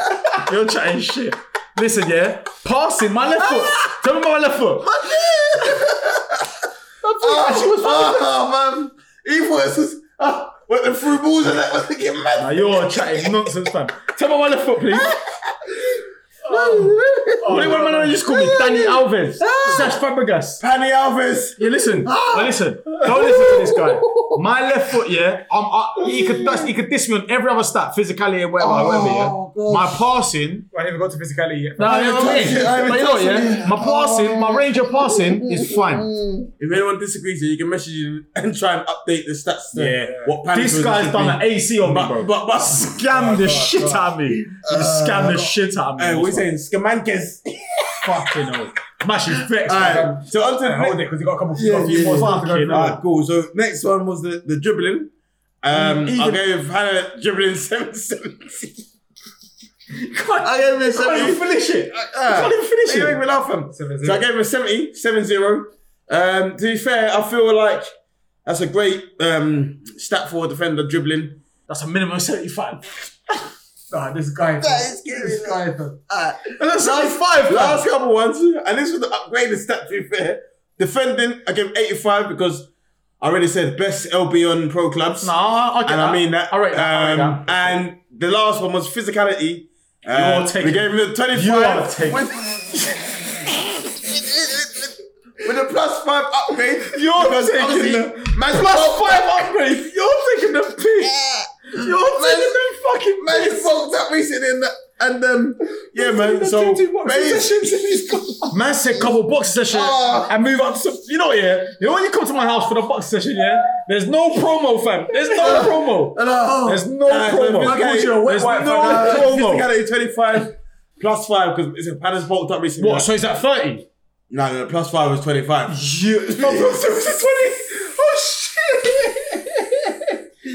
You're chatting shit. Listen, yeah. Passing my left foot. Tell me about my left foot. Ah, oh, man. He thought this was. Uh, what the through balls and that was thinking Now mad. Ah, you're chatting nonsense, fam. Tell me about my left foot, please. What did one man on you call me? Danny Alves, Sash Fabregas. Panny Alves. Yeah, listen. Now listen. Don't listen to this guy. My left foot, yeah. I'm, I, he could that's- he could diss me on every other stat, physicality and whatever, whatever. Yeah. My passing. I haven't got to physicality yet. No, haven't no, touched wait. it, I haven't But you know, what, touched it. yeah. My passing, my range of passing is fine. If anyone disagrees, you can message you and try and update the stats. To Yeah. What Panny This guy's done an AC on me, But, bro. but, but, Scam the God, shit God. out of me. You scam the shit out of me. Hey, what are you saying? Scamankes. Fucking hell. I'm actually vexed. man. Alright, so on to the Hold it next. because you got a couple Yeah, got a few yeah, more yeah. stuff to go Fucking through. hell. Alright, uh, cool. So next one was the, the dribbling. Um, I Even- gave Hannah dribbling 770. Can't- I gave him a Can't 70. even finish it. Ah, Can't even finish you it. make me laugh, fam. Seven So zero. I gave him a 70, 7-0. Um, to be fair, I feel like that's a great um, stat for a defender dribbling. That's a minimum 75. Nah, this guy. is This scary, guy. fam. That's Last- 75, man. Last couple ones, and this was the upgraded stat to be fair. Defending, I gave 85 because I already said best LB on pro clubs. No, I, I get and that. I mean that. I rate that. I Um, rate that. and the last one was physicality. Uh, You're taking- we gave him the 25 you are taking- with, with a plus five upgrade. You're because taking obviously the- man's Plus fucked five up. upgrades. You're taking the piss. You're Man- taking the fucking Man, he's piss. fucked up recently, and, and um, yeah, man. There's So, 21 man, he's- sessions in his car. Man said couple box session Ah. and move up to you know yeah. You know when you come to my house for the box session yeah. There's no promo fam. There's no promo. and, uh, There's no uh, so promo. physicality- called you a wet There's wipe, no fam. uh, promo. Physicality 25 plus five because it's a Pan's fucked up recently. What? So is that thirty? No, no, plus five was 25. Yeah. Oh, shit.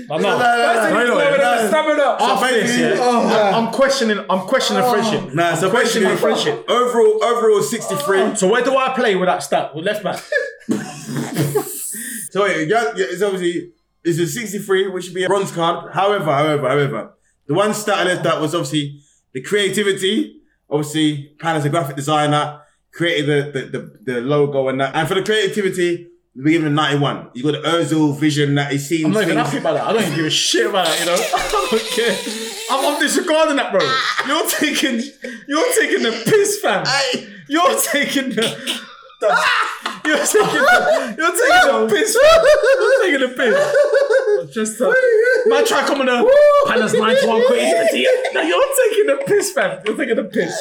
But no, That's no, it, no, no, no, no, no, no. Stamina. after this, yeah, Oh, man. I'm questioning. I'm questioning friendship. Nah, so I'm questioning basically, friendship. Overall, overall, sixty-three. So where do I play with that stat? With left back. So wait, yeah, yeah, it's obviously it's a sixty-three, which should be a bronze card. However, however, however, the one stat I left out was obviously the creativity. Obviously, Pan is a graphic designer, created the the, the, the logo and that. And for the creativity, we give him ninety-one. You got the Özil vision that he seems. I'm not even things- happy about that. I don't even give a shit about that. You know, I don't care. I'm, I'm disregarding that, bro. You're taking, you're taking the piss, fam. You're taking the. the- you're taking the, you're taking the piss, fam. You're taking the piss. Just uh, man, try coming to Palace nine to one creativity. No, you're taking the piss, fam. You're taking the piss.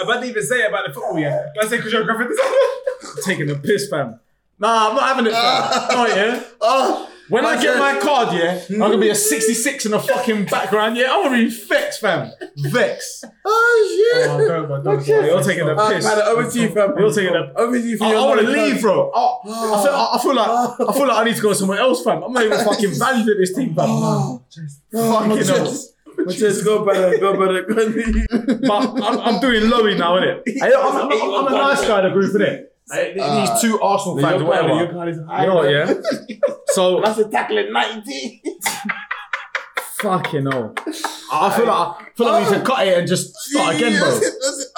I about to even say it about the football yet. Let's say because you're a graphic designer. You're taking the piss, fam. Nah, I'm not having it, fam. No, yeah. Oh, When I Man get said- my card, yeah, I'm gonna be a 66 in the fucking background, yeah. I'm gonna be vexed, fam. Vex. oh shit! Oh, don't, man, don't, You're taking the Uh, Oh, piss. man, over to you, fam. You're taking the. Over to you for I, your want to knowledge, leave, fam. bro. I, I, feel, I, I feel like I feel like I need to go somewhere else, fam. I'm not even fucking valued at this team, fam. Oh, Fucking hell. Matthias, Matthias, go better, go better, go. But I'm, I'm doing lowy now, innit? I, I'm, I'm, I'm a nice guy in the group, innit? Uh, These two Arsenal fans, or whatever. You know what, yeah? So That's a tackle at 90. fucking hell. I feel like I feel like we need to cut it and just start again, bro.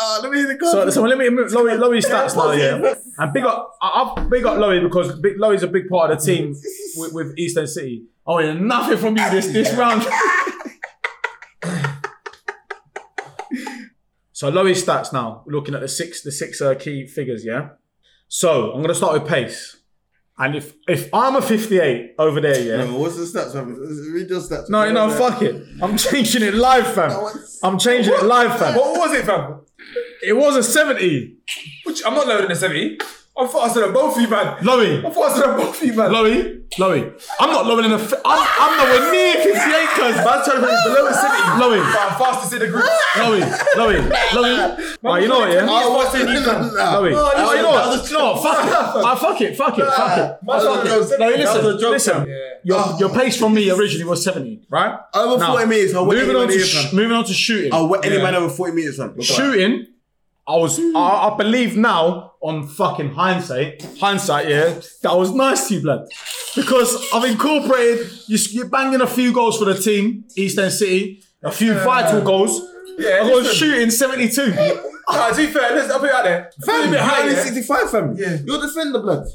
Oh, let me hear the So, so let me move Lowy, Lowy's stats now, yeah. And big up, I- I've big up Lowy because big, Lowy's a big part of the team with, with Eastern City. Oh, yeah, nothing from you this this round. so Lowy's stats now. We're looking at the six the six uh, key figures, yeah. So I'm gonna start with pace. And if if I'm a 58 over there, yeah. what's the stats, man? Read your stats. No, no, fuck it. I'm changing it live, fam. I'm changing it live, fam. What was it, fam? It was a 70. Which, I'm not loading the semi. I thought I said a both of you, man. Lowy, I thought I said a both of you, man. Lowy, Lowy. I'm not lowering enough. I'm, I'm nowhere near 58 cuz. That's trying to be below a 70. Lowy, But I'm fastest in the group. Lowy, Lowy, Lowy. Right, you know what, yeah? I was in Lowy. Oh, Oh, you know that what? was a No, fuck it. Ah, fuck it, fuck it, fuck it. was Fuck a joke. it. No, That was a listen, joke, listen. Your, your pace from me originally was 70, right? Over Now, 40 meters, I'll wet moving on anyone to here, sh- fam. moving on to shooting. I'll wet any man over 40 meters, fam. Look at shooting, I was I, I believe now on fucking hindsight, hindsight, yeah, that was nice to you, blood, because I've incorporated you, you're banging a few goals for the team, East End City, a few vital goals. Yeah, I was listen. shooting seventy two. Nah, to be fair, listen, I'll put it out there. I'm a that. Fam, bit you're high, only yeah? 65, fam. Yeah. You're defender, blood.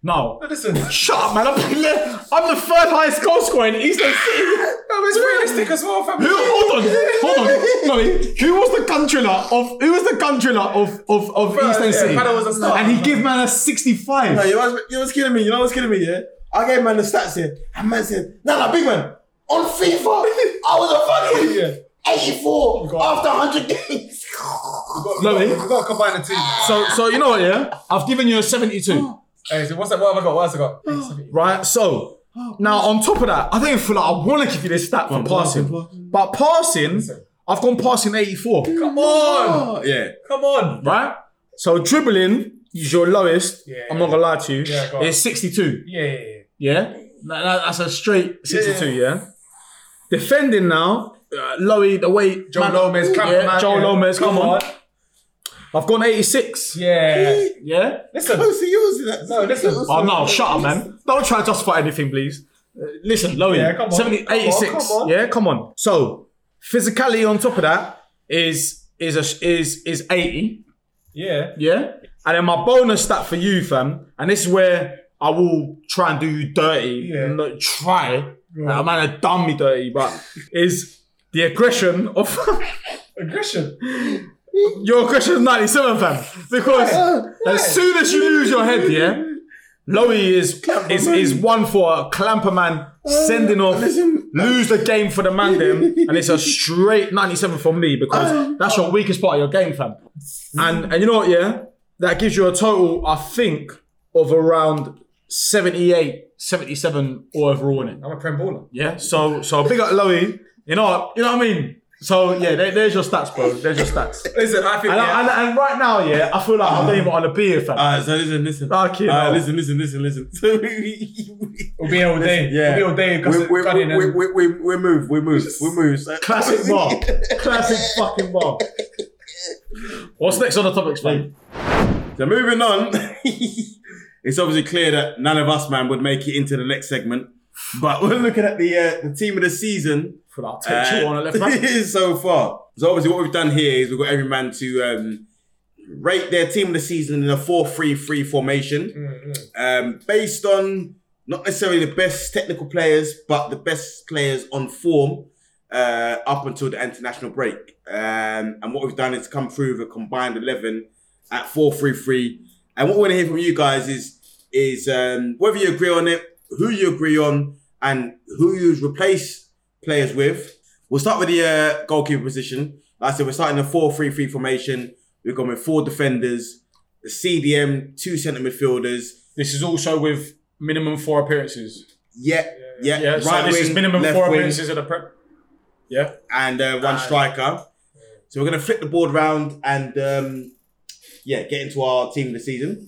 No, Listen, no, shut up, man. I'm, the- I'm the third highest goal scorer in East End City. it's realistic as well, fam. Who, hold on, hold on. No, who was the gun driller of who was the gun driller of of, of East End yeah, City? Padda was a star. and he gave man a sixty five. No, you know what's- you know what's killing me? You know what's killing me, yeah? I gave man the stats here, and man said, nah, nah, big man, on FIFA, I was a fucking Yeah. 84 after 100 games. Lowy. We've got to combine the team. So, so you know what, yeah? I've given you a 72, Hey, so what's that? What have I got? What else I got? right? So, now on top of that, I don't even feel like I want to give you this stat for passing. go on, go on. But passing, I've gone passing 84, Come on, yeah. come on. right? So, dribbling is your lowest. Yeah. I'm not going to lie to you. Yeah, go on. it's 62, Yeah, yeah, yeah. yeah? That- that- that's a straight 62, yeah? Defending now, uh, Lowy, the way. Joe Lomez, come oh, yeah, on, Joe yeah. Lomez, come, Come on. on. I've gone 86, Yeah. yeah? Listen, Close to yours in that. No, listen. Oh no, shut up, man. Don't try to justify anything, please. Uh, listen, Lowy, Yeah, come on. 70, Come on, 86. come on. Yeah, come on. So, physicality on top of that is is a, is is 80. yeah. Yeah. And then my bonus stat for you, fam, and this is where I will try and do you dirty. Yeah. Not try. Like, I might have done me dirty, but is the aggression of Aggression. your aggression is 97, fam. Because as soon as you lose your head, yeah, Lowy is is, is one for a clamper man sending off, listen. lose the game for the man them, and it's a straight 97 for me because that's your weakest part of your game, fam. And and you know what, yeah? That gives you a total, I think, of around 78, 77 all overall in it. I'm a prem baller. Yeah. So so big up Lowy. You know what, you know what I mean? So yeah, there, there's your stats, bro. There's your stats. Listen, I think. And, yeah, I, and, and right now, yeah, I feel like I'm not even on a beer fan. Alright, so listen, listen. Fuck you, Alright, no. listen, listen, listen, listen. So we, we'll be here all day. yeah. We'll be all day. we, we, Gunning and- we, we, we, we move, we move, we move. So- Classic Mark. Classic fucking Mark. What's next on the topics, man? So moving on, it's obviously clear that none of us, man, would make it into the next segment. But we're looking at the uh, the team of the season Well, I'll take you on a left uh, back. so far. So obviously, what we've done here is we've got every man to um, rate their team of the season in a 4-3-3 formation. Mm, mm. um, based on not necessarily the best technical players, but the best players on form uh, up until the international break. Um, and what we've done is come through with a combined 11 at 4 3 3. And what we want to hear from you guys is is um, whether you agree on it, who you agree on, and who you replace players with. We'll start with the uh, goalkeeper position. Like I said, we're starting a 4 3 3 formation. We've gone with four defenders, the CDM, two centre midfielders, This is also with minimum four appearances. yeah, yeah. Yeah, so this is minimum left four wing, appearances at the prep. Yeah. and uh, one Ah. striker. So we're gonna flip the board round and um, yeah, get into our team of the season.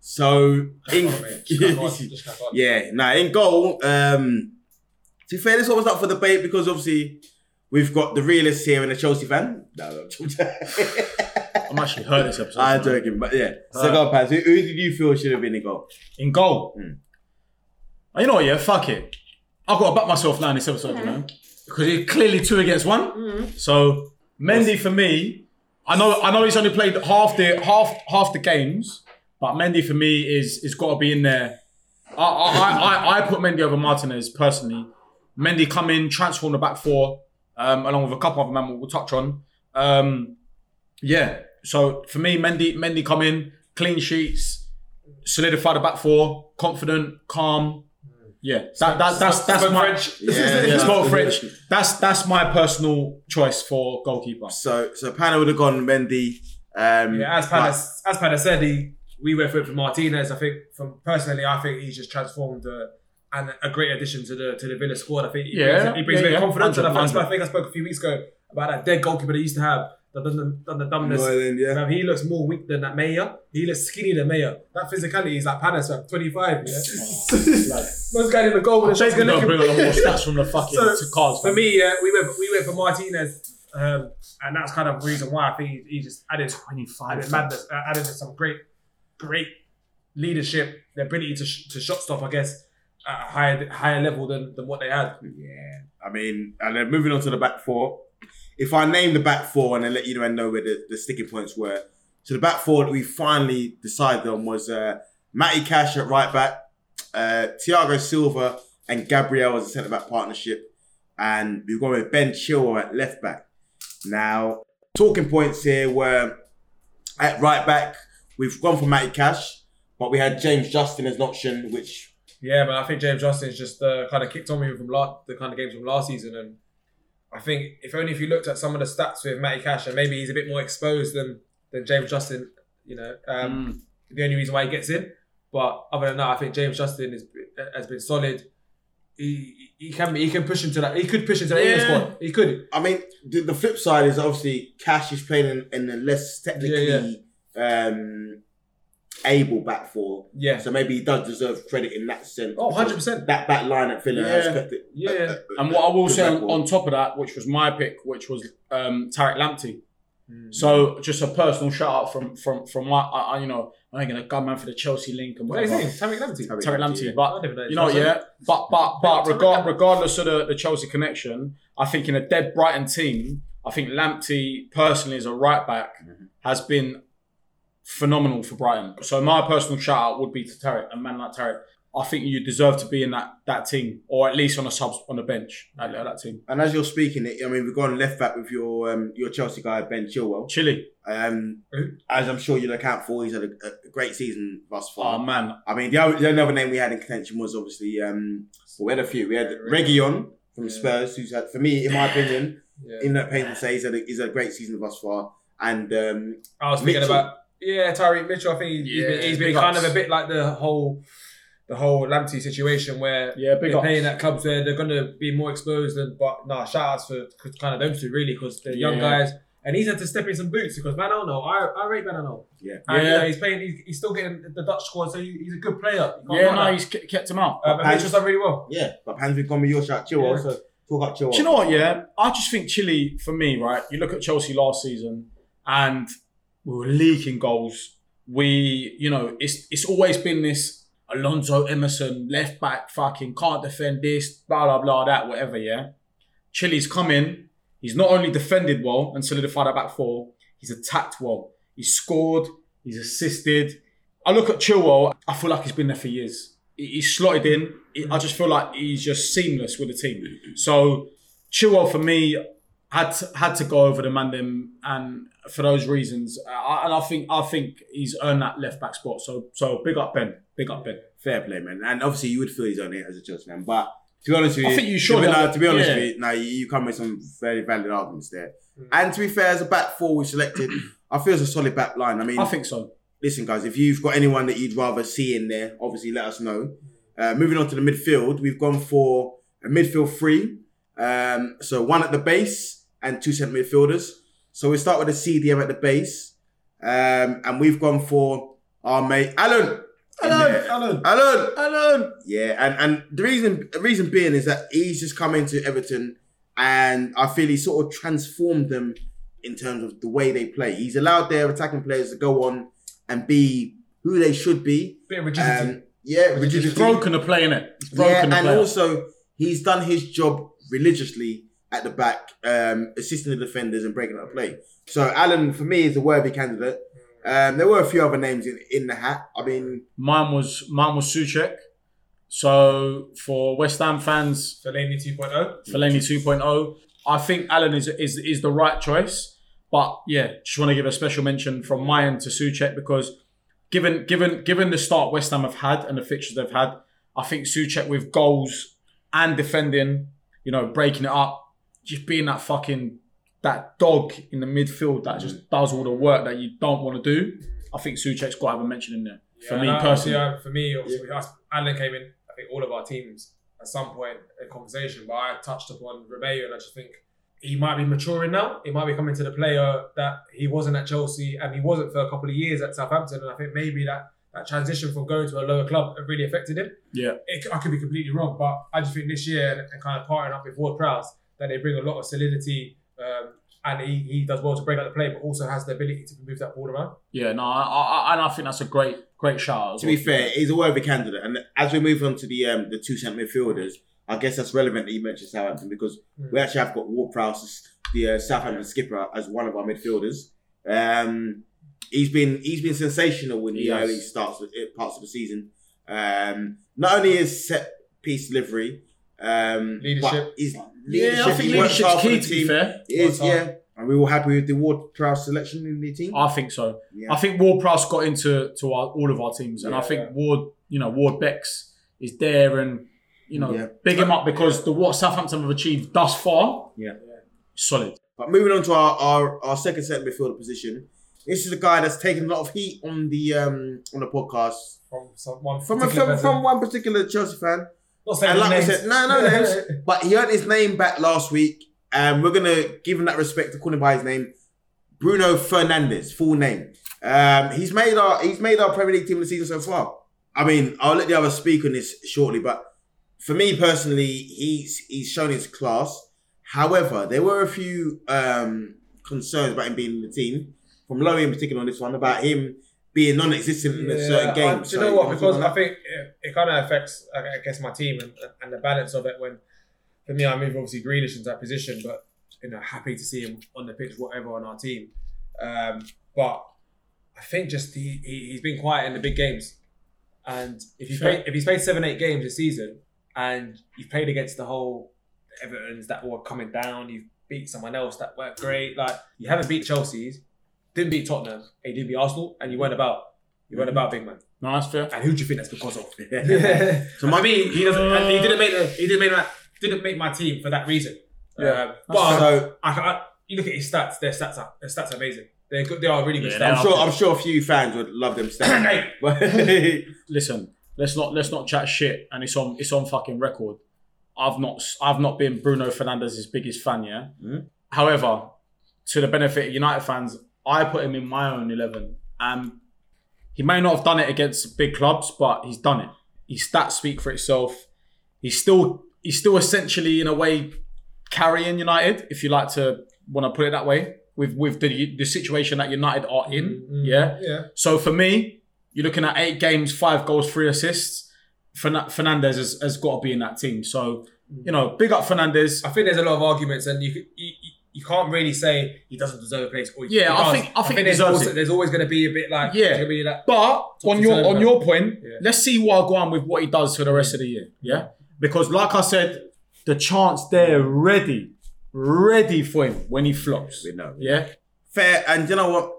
So in Come on, mate. Just crack on, just crack on. yeah, now in goal. Um, to be fair, this one was up for debate because obviously we've got the realist here and a Chelsea fan. No, no, I'm actually hurt this episode. I'm joking, but yeah. So Uh, go, Paz. Who, who did you feel should have been in goal? In goal. Mm. Oh, You know what, yeah, fuck it. I've got to back myself now in this episode, you know? Because it's clearly two against one. So Mendy for me, I know I know he's only played half the half half the games, but Mendy for me is is gotta be in there. I I, I, I, I put Mendy over Martinez personally. Mendy come in, transform the back four, um, along with a couple of men we'll touch on. Um, yeah. So for me, Mendy, Mendy come in, clean sheets, solidify the back four, confident, calm. Yeah, that, that, that's that's Spoke my French. Yeah, yeah, yeah. spoke French. That's that's my personal choice for goalkeeper. So so Pana would have gone Mendy. Um, Yeah, as Pada, as Pada said, he, we went for it for Martinez. I think, from personally, I think he's just transformed uh, and a great addition to the to the Villa squad. I think he Yeah, brings, he brings yeah, a bit of yeah. confidence. And I think- 100%. I think I spoke a few weeks ago about that dead goalkeeper they used to have that done the, done the but- dumbness. Moyland, yeah. Fam, he looks more weak than that Mayor. He looks skinny than Mayor. That physicality is like Panas, fam. 25, yeah? Most guy in the goal with a shot's Shaking gonna look- don't bring a lot more stats from the fucking So, to cards. For me, yeah, we went we went for Martinez, um, and that's kind of the reason why I think he, he just added twenty added five. madness, uh, added some great, great leadership, the ability to, sh- to shot stop, I guess, at a higher higher level than, than what they had. Yeah, I mean, and then moving on to the back four. If I name the back four and then let you know where the, the sticking points were. So the back four that we finally decided on was uh, Matty Cash at right back, uh, Thiago Silva and Gabriel as a centre back partnership, and we've gone with Ben Chilwell at left back. Now, talking points here were at right back we've gone for Matty Cash, but we had James Justin as an option, which Yeah, man, I think James Justin's just uh, kind of kicked on me from la- the kind of games from last season, and I think if only if you looked at some of the stats with Matty Cash, and maybe he's a bit more exposed than than James Justin, you know, um, Mm. the only reason why he gets in. But other than that, I think James Justin is, has been solid. He he can he can push into that. He could push into that England Yeah. squad. He could. I mean, the, the flip side is obviously Cash is playing in, in a less technically Um, able back four. Yeah. So maybe he does deserve credit in that sense. Oh, 100%. That back line at Villa has Yeah. kept it. Yeah, yeah. And what I will Good say on, record. on top of that, which was my pick, which was um, Tarek Lamptey. Mm. So just a personal shout out from from from my I, I, you know I ain't gonna gun man for the Chelsea link and What is whatever. his name? Tammy Lamptey. Tammy Tarek Lamptey, Yeah. I but don't even know his you know last name. yeah, but but but Yeah, regard, Tarek Lamptey. regardless of the, the Chelsea connection, I think in a dead Brighton team, I think Lamptey personally as a right back has been phenomenal for Brighton. So my personal shout out would be to Tarek, a man like Tarek. I think you deserve to be in that that team, or at least on a subs on the bench at, at that team. And as you're speaking, it, I mean, we've gone left back with your um, your Chelsea guy Ben Chilwell. Chile, Um, Who? as I'm sure you'll account for, he's had a, a great season thus oh Um, far. man, I mean, the other, the only other name we had in contention was obviously um, well, we had a few. We had Region from Yeah. Spurs, who's had, for me, in my opinion. Yeah. in that painting say he's had a, he's had a great season thus far. And um, I was thinking Mitchell. about yeah, Tyreek Mitchell. I think he's, he's Yeah, been, he's been big kind ups. of a bit like the whole the whole Lamptey situation where Yeah, big they're ups. playing at clubs where they're going to be more exposed. And but nah, shout outs for kind of them two really because they're young Yeah. guys and he's had to step in some boots because Van Arno, I I rate Van Arno. Yeah. and, Yeah. You know, he's playing. He's, he's still getting the Dutch squad, so he, he's a good player. You can't Yeah, knock no, that. he's ke- kept him out. Um, and Mitchell's done really well. Yeah, but Hans with Gomi Yosha, Chilwell, Yeah. so talk up Chilwell. Do you know what? Yeah, I just think Chile for me, right? You look at Chelsea last season, and we were leaking goals. We, you know, it's it's always been this Alonso Emerson left back, fucking can't defend this, blah blah blah, that whatever. Yeah, Chile's come in. He's not only defended well and solidified that back four. He's attacked well. He's scored. He's assisted. I look at Chilwell. I feel like he's been there for years. He- He's slotted in. He- I just feel like he's just seamless with the team. So Chilwell for me had to, had to go over the Mandem, and for those reasons, I, and I think I think he's earned that left back spot. So so big up Ben, big up Ben. Fair play, man. And obviously, you would feel he's on it as a Chelsea man. But to be honest with I you, think you to should be- have- no, to be honest yeah. with you, now you, you come with some very valid arguments there. Mm. And to be fair, as a back four we selected, I feel it's a solid back line. I mean, I think so. listen, guys, if you've got anyone that you'd rather see in there, obviously let us know. Uh, moving on to the midfield, we've gone for a midfield three. Um, so one at the base and two centre midfielders. So we start with a CDM at the base. Um, and we've gone for our mate Alan. in there. Alan. Alan. Alan, Yeah, and and the reason the reason being is that he's just come into Everton, and I feel he sort of transformed them in terms of the way they play. He's allowed their attacking players to go on and be who they should be. Bit of rigidity. Um, yeah, rigidity. it's broken the play in it. It's broken Yeah, the and play. also he's done his job religiously at the back, um, assisting the defenders and breaking up play. So Alan, for me, is a worthy candidate. Um, there were a few other names in, in the hat. I mean, mine was mine was Suchek. So for West Ham fans, Fellaini 2.0. Fellaini 2.0. I think Allen is is is the right choice, but yeah, just want to give a special mention from my end to Suchet because given given given the start West Ham have had and the fixtures they've had, I think Suchet with goals and defending, you know, breaking it up, just being that fucking that dog in the midfield that Mm. just does all the work that you don't want to do. I think Suchet's got to have a mention in there for Yeah, me no, obviously, personally. uh, for me, obviously, we asked- Alan came in. I think all of our teams at some point in conversation, but I touched upon Romeo, and I just think he might be maturing now. He might be coming to the player that he wasn't at Chelsea and he wasn't for a couple of years at Southampton, and I think maybe that that transition from going to a lower club really affected him. Yeah. It, I could be completely wrong, but I just think this year and, and kind of partnering up with Ward Prowse that they bring a lot of solidity. Um, and he, he does well to break out the play, but also has the ability to move that ball around. Yeah, no, I, I, I- and I think that's a great great shout. as To be well. fair, he's a worthy candidate. And as we move on to the um, the two centre midfielders, I guess that's relevant that you mentioned Southampton because Hmm. Mm. we actually have got Ward Prowse, the uh, Southampton skipper, as one of our midfielders. Um, he's been he's been sensational when He the has. early starts of, uh, parts of the season. Um, not only his set piece delivery, um, Leadership. but his yeah, I think he works hard leadership's for key. the To be team. fair, He is, Works hard. yeah. And we were happy with the Ward Prowse selection in the team. I think so. yeah. I think Ward Prowse got into to our, all of our teams, and I Yeah, think yeah. Ward, you know, Ward Bex is there, and you know, Yeah. big him up because the what Southampton have achieved thus far, Yeah. solid. But moving on to our, our, our second centre midfielder position, this is a guy that's taken a lot of heat on the um on the podcast From some, one from a, particular from, person. from one particular Chelsea fan. Not saying And like names. we said, no, no names, but he earned his name back last week, and we're gonna give him that respect to call him by his name, Bruno Fernandez, full name. Um, he's made our he's made our Premier League team of the season so far. I mean, I'll let the others speak on this shortly, but for me personally, he's he's shown his class. However, there were a few um, concerns about him being in the team, from Lowy in particular on this one, about him being non-existent in a certain I- game. do you know what? Because I think it, it kind of affects, I gu- I guess, my team and, and the balance of it. When for me, I move obviously Grealish into that position, but you know, happy to see him on the pitch, whatever on our team. Um, but I think just he, he he's been quiet in the big games, and if you Fair. play, if he's played seven eight games this season, and you've played against the whole Everton's that were coming down, you've beat someone else that weren't great, like you haven't beat Chelsea's, didn't beat Tottenham, and you didn't beat Arsenal, and you weren't about you weren't about big man. No, that's fair. And who do you think that's because of? So so my- my, I mean, he doesn't. and he didn't make. The, he didn't make that. Didn't make my team for that reason. Yeah, Um, but so I, I, you look at his stats. Their stats are. Their stats are amazing. They're good. They are really good Yeah, stats. I'm sure I'm sure a few fans would love them stats. Hey, But- Listen, Let's not let's not chat shit. And it's on it's on fucking record. I've not I've not been Bruno Fernandez's biggest fan. Yeah. Mhm. However, to the benefit of United fans, I put him in my own eleven. Um, he may not have done it against big clubs, but he's done it. His stats speak for itself. He's still he's still essentially in a way carrying United, if you like to want to put it that way, with with the the situation that United are in. Yeah. Mm-hmm. Yeah. So for me, you're looking at eight games, five goals, three assists. Fern- Fernandez has, has got to be in that team. So you know, big up Fernandez. I think there's a lot of arguments, and you, could- you you- you can't really say he doesn't deserve a place. Or he Yeah, I does. think- I think he there's, deserves also, it. there's always going to be a bit like Yeah. there's gonna be like But on to your turn on that. your point, Yeah. let's see Wagwan with what he does for the rest of the year. Yeah, because like I said, the chance there ready, ready for him when he flops. We know. Yeah, Fair, and you know what?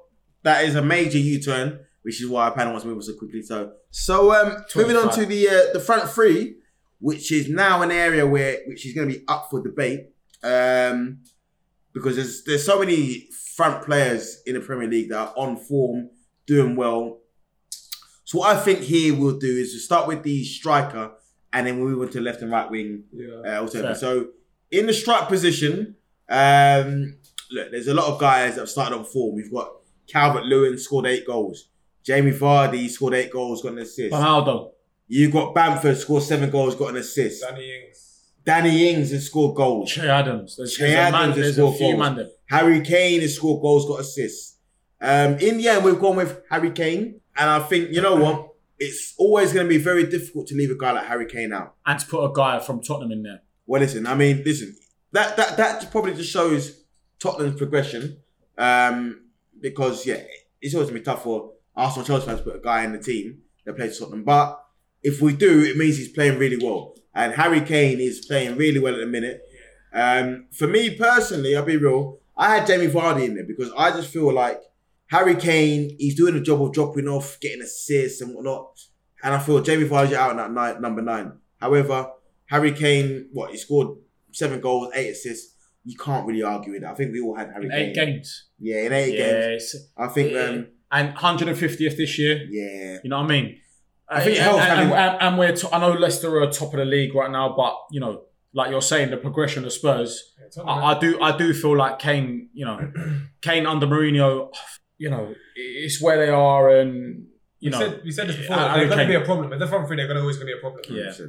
That is a major U-turn, which is why our panel wants to move so quickly. So, so um, moving on to the uh, the front three, which is now an area where which is going to be up for debate, um, because there's there's so many front players in the Premier League that are on form, doing well. So what I think here we'll do is to start with the striker, and then we'll move on to left and right wing yeah. uh, alternative. Fair. So in the strike position, um, look, there's a lot of guys that have started on form. We've got Calvert Lewin scored eight goals. Jamie Vardy scored eight goals, got an assist. Ronaldo. You've got Bamford scored seven goals, got an assist. Danny Ings. Danny Ings has scored goals. Che Adams. There's, Che there's a, Adams man, has there's a scored few goals. man there. Harry Kane has scored goals, got assists. Um, in the end, we've gone with Harry Kane, and I think you know what? It's always going to be very difficult to leave a guy like Harry Kane out. And to put a guy from Tottenham in there. Well, listen. I mean, listen. That that that probably just shows Tottenham's progression. Um, because yeah, it's always gonna be tough for Arsenal, Chelsea fans to put a guy in the team that plays for Tottenham. But if we do, it means he's playing really well. And Harry Kane is playing really well at the minute. Um, for me personally, I'll be real. I had Jamie Vardy in there because I just feel like Harry Kane, he's doing the job of dropping off, getting assists and whatnot. And I feel Jamie Vardy's out at nine, number nine. However, Harry Kane, what, he scored seven goals, eight assists. You can't really argue with that. I think we all had Harry In Kane. eight games. Yeah, in eight yeah, games. it's- I think, Yeah. um, and 150th this year. yeah. You know what I mean? I think it and, helps and- having- and- and we're to- I know Leicester are top of the league right now, but you know, like you're saying, the progression of Spurs. Yeah, Tottenham. I, I do, I do feel like Kane. You know, Kane under Mourinho. You know, it's where they are, and we you know, said, we said this before. I- I they're going to reckon- be a problem. If they're front three, they're gonna, always going to be a problem. Yeah.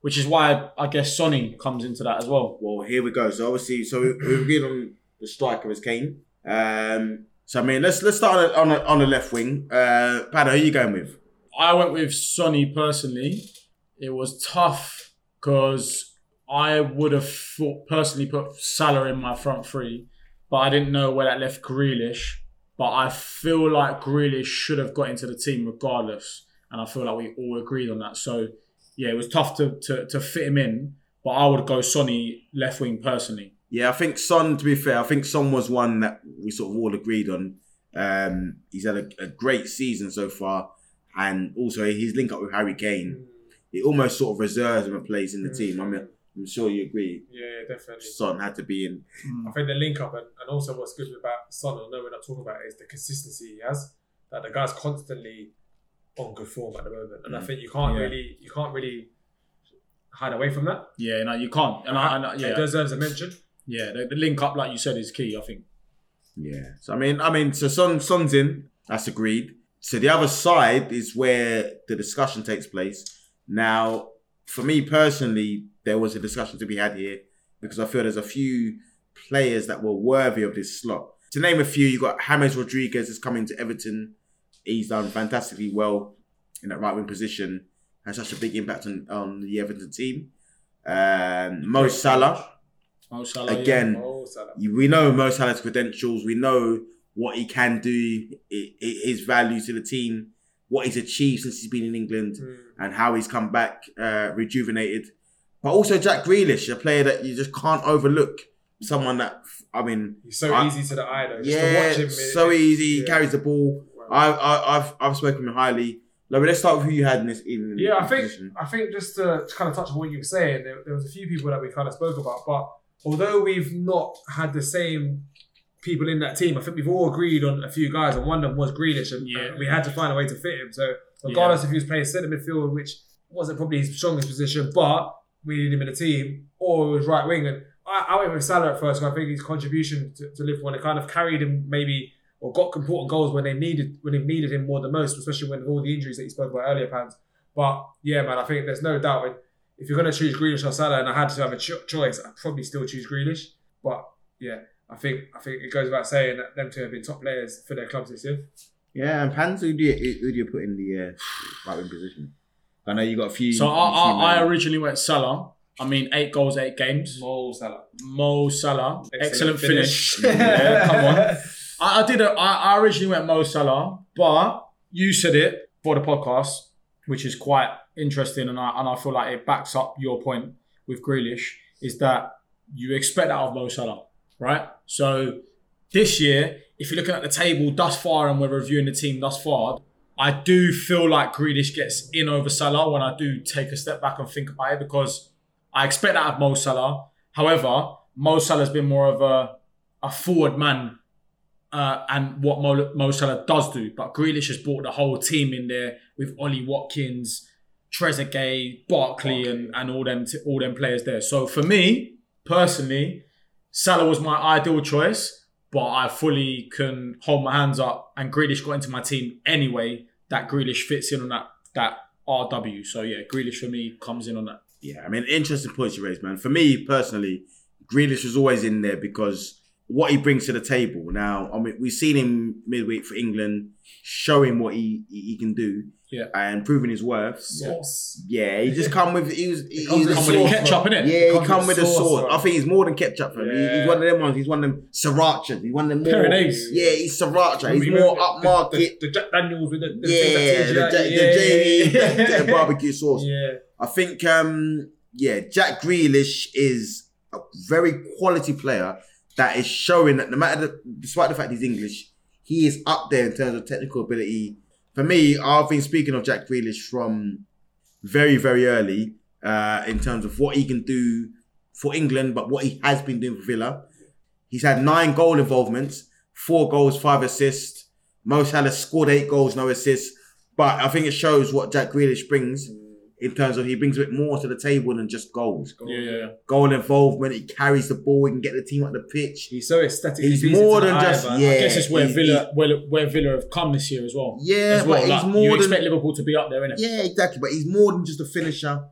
which is why I guess Sonny comes into that as well. Well, here we go. So obviously, so we, we agreed on the striker as Kane. Um, so I mean, let's let's start on a, on, a, on the left wing. Uh, Paddy, who are you going with? I went with Sonny personally. It was tough because I would have thought, personally put Salah in my front three, but I didn't know where that left Grealish. But I feel like Grealish should have got into the team regardless, and I feel like we all agreed on that. So yeah, it was tough to to, to fit him in, but I would go Sonny left wing personally. Yeah, I think Son. To be fair, I think Son was one that we sort of all agreed on. Um, he's had a, a great season so far, and also his link up with Harry Kane. Mm. It almost sort of reserves him a place in the Mm. team. I mean, I'm sure you agree. Yeah, definitely. Son had to be in. I think the link up and, and also what's good about Son, I know we're not talking about it, is the consistency he has. That the guy's constantly on good form at the moment, and I think you can't Yeah. really you can't really hide away from that. Yeah, no, you can't. And I, and I- It yeah, deserves a mention. yeah, the, the link up like you said is key. I think. Yeah. So I mean, I mean, so Son Son's in. That's agreed. So the other side is where the discussion takes place. Now, for me personally, there was a discussion to be had here because I feel there's a few players that were worthy of this slot. To name a few, you got James Rodriguez is coming to Everton. He's done fantastically well in that right wing position. Has such a big impact on, on the Everton team. Um, Mo Salah, Oh, Salah, yeah. again, Oh, Salah. you- we know Mo Salah's credentials. We know what he can do, i- i- his value to the team, what he's achieved since he's been in England, Mm. and how he's come back uh, rejuvenated. But also Jack Grealish, a player that you just can't overlook. Someone that I mean, He's so I- easy to the eye though. Just to watch yeah, him, so easy. yeah. Carries the ball. I, I, I've I've spoken him highly. Look, let's start with who you had in this. In, Yeah, I in think position. I think just to, to kind of touch on what you were saying, there, there was a few people that we kind of spoke about, but although we've not had the same people in that team, I think we've all agreed on a few guys, and uh, one of them was Greenish, and Yeah. and we had to find a way to fit him. So regardless if he was playing centre midfield, which wasn't probably his strongest position, but we needed him in the team, or it was right wing. And I, I went with Salah at first, 'cause I think his contribution to, to Liverpool and it kind of carried him maybe or got important goals when they needed when they needed him more than most, especially when all the injuries that you spoke about earlier, Pans. But yeah, man, I think there's no doubt when, if you're going to choose Grealish or Salah, and I had to have a cho- choice, I'd probably still choose Grealish. But yeah, I think I think it goes without saying that them two have been top players for their clubs this year. Yeah, and Pans, who do you, who do you put in the uh, right wing position? I know you got a few. So I, you few I, I men. originally went Salah. I mean, eight goals, eight games. Mo Salah, Mo Salah, excellent, finish. yeah, come on. I, I did. A, I, I originally went Mo Salah, but you said it for the podcast, which is quite interesting, and I and I feel like it backs up your point with Grealish is that you expect that of Mo Salah, right? So this year, if you're looking at the table thus far, and we're reviewing the team thus far. I do feel like Grealish gets in over Salah when I do take a step back and think about it because I expect that of Mo Salah. However, Mo Salah's been more of a a forward man uh, and what Mo, Mo Salah does do. But Grealish has brought the whole team in there with Ollie Watkins, Trezeguet, Barkley, and, and all them t- all them players there. So for me personally, Salah was my ideal choice, but I fully can hold my hands up. And Grealish got into my team anyway. That Grealish fits in on that that RW. So yeah, Grealish for me comes in on that. Yeah, I mean, interesting points you raised, man. For me personally, Grealish was always in there because what he brings to the table. Now, I mean, we've seen him midweek for England, showing what he he, he can do, Yeah. and proving his worth. Sauce. Yeah, he just come with he was he, comes was a with Come with the sauce, sword. ketchup in it. Yeah, he comes come with with a sauce, sword. bro. I think he's more than ketchup. Man. He- Yeah. he's one of them ones. He's one of them srirachas. He's one of them more. Peronaise. Yeah, he's sriracha. He's Remember more the- upmarket. The, the, the Jack Daniels with the, the yeah, things that tears you the, E, out. ja- yeah, the yeah, JV yeah. the barbecue sauce. Yeah, I think, um, yeah, Jack Grealish is a very quality player that is showing that no matter, the, despite the fact he's English, he is up there in terms of technical ability. For me, I've been speaking of Jack Grealish from very, very early uh, in terms of what he can do for England, but what he has been doing for Villa. He's had nine goal involvements, four goals, five assists. Mo Salah scored eight goals, no assists. But I think it shows what Jack Grealish brings in terms of he brings a bit more to the table than just goals. Yeah, yeah, yeah. Goal involvement, he carries the ball, he can get the team up the pitch. He's so aesthetic. He's more than just yeah. I guess it's where he's- Villa where, where Villa have come this year as well. Yeah, as well. but like, he's more you than- expect Liverpool to be up there, innit? Yeah, exactly. But he's more than just a finisher.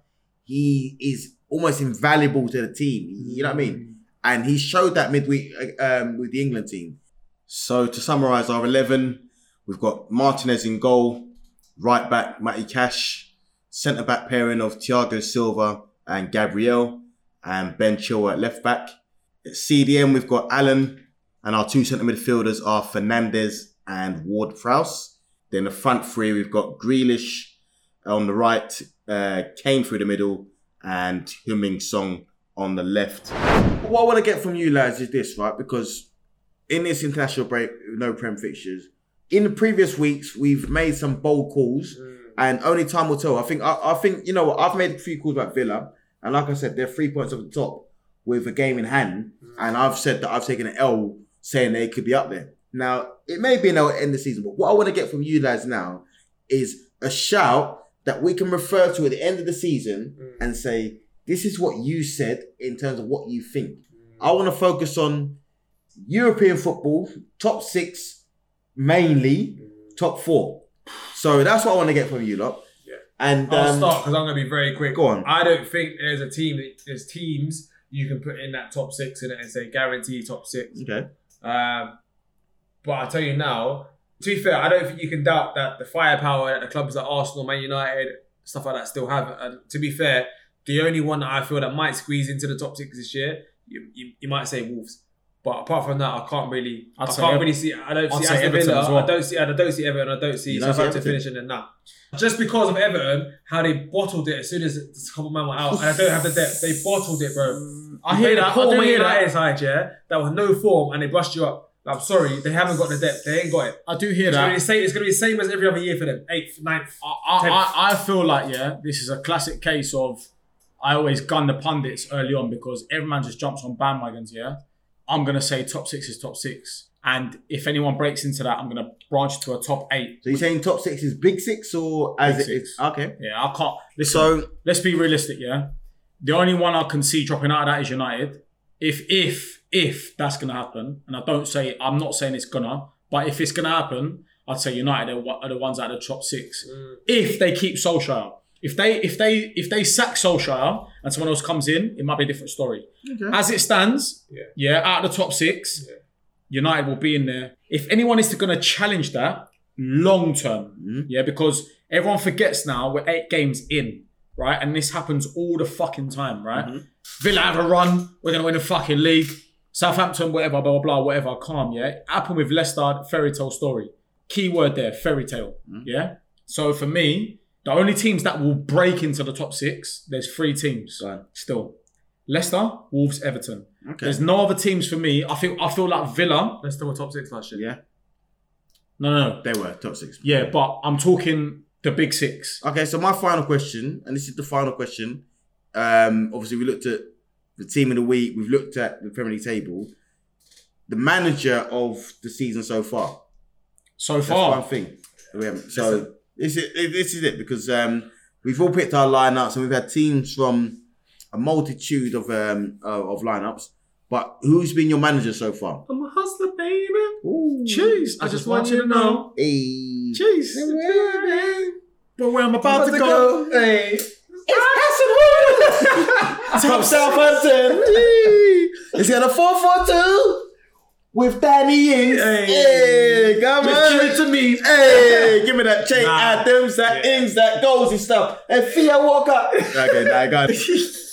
He is almost invaluable to the team. You know what I mean? And he showed that midweek uh, um, with the England team. So to summarise our eleven, we've got Martinez in goal, right back Matty Cash, centre back pairing of Thiago Silva and Gabriel, and Ben Chilwell at left back. At CDM we've got Allen, and our two centre midfielders are Fernandez and Ward Prowse. Then the front three we've got Grealish, on the right, uh, Kane through the middle, and Huming Song on the left. What I want to get from you lads is this, right? Because in this international break, no Prem fixtures, in the previous weeks, we've made some bold calls, Mm, and only time will tell. I think, I, I think, you know what? I've made a few calls about Villa, and like I said, they're three points off the top with a game in hand, mm. and I've said that I've taken an L saying they could be up there. Now, it may be an L at the end of the season, but what I want to get from you lads now is a shout that we can refer to at the end of the season and say, this is what you said in terms of what you think. I want to focus on European football, top six mainly, Mm. top four. So that's what I want to get from you lot. Yeah. And I'll um, start because I'm going to be very quick. Go on. I don't think there's a team. that- There's teams you can put in that top six in it and say guarantee top six. Okay. Um, but I tell you now, to be fair, I don't think you can doubt that the firepower that the clubs like Arsenal, Man United, stuff like that still have. And to be fair, the only one that I feel that might squeeze into the top six this year, you, you, you might say Wolves. But apart from that, I can't really, I'd I say can't Ever- really see. I don't I'd see say Aston Everton Villa. as well. I don't see. I don't see Everton. I don't see You don't see Southampton Everton? finishing in that. Just because of Everton, how they bottled it as soon as this couple man were out, and I don't have the depth. They bottled it, bro. I You hear played a that. I Poor do Man hear that. United side, yeah, that was no form, and they brushed you up. I'm sorry, they haven't got the depth. They ain't got it. I do hear It's that. gonna be the same. It's gonna be the same as every other year for them. Eighth, ninth. I, I, I- I feel like yeah, this is a classic case of I always gun the pundits early on because every man just jumps on bandwagons. Yeah, I'm gonna say top six is top six. And if anyone breaks into that, I'm going to branch to a top eight. So you're saying top six is big six or as Big it is? six. Okay. Yeah, I can't. Listen, So let's be realistic, yeah. The only one I can see dropping out of that is United. If if if that's gonna happen, and I don't say I'm not saying it's gonna, but if it's gonna happen, I'd say United are, one- are the ones out of the top six. Mm. If they keep Solskjaer, if they if they if they sack Solskjaer and someone else comes in, it might be a different story. As it stands, Yeah. out of the top six, Yeah. United will be in there. If anyone is going to challenge that long term, yeah, because everyone forgets now we're eight games in, right? And this happens all the fucking time, right? Villa have a run, we're going to win the fucking league. Southampton, whatever, blah, blah, blah, whatever, calm, yeah? Happen with Leicester, fairy tale story. Key word there, fairy tale, yeah? So for me, the only teams that will break into the top six, there's three teams Go on. still. Leicester, Wolves, Everton. Okay. There's no other teams for me. I feel I feel like Villa. Leicester were top six last year. yeah, No, no, no. they were top six. Yeah, but I'm talking the big six. Okay, so my final question, and this is the final question. Um, obviously, we looked at the team of the week. We've looked at the Premier League table. The manager of the season so far. So That's one far, thing. that We haven't. So this is it- this is it because um, we've all picked our lineups and we've had teams from a multitude of um, uh, of lineups. But who's been your manager so far? I'm a hustler, baby. Ooh. jeez. I, just want you to know. Hey. Jeez. But where I'm about, to, go. Hey. Top Southampton. It's got a 4 4 2 with Danny Ings. Hey. Hey, come Just give it on. to me. Hey, give me that Jay Nah. Adams, that Yeah. Ings, that goals and stuff. And Fia Walker. okay, nah, I got it.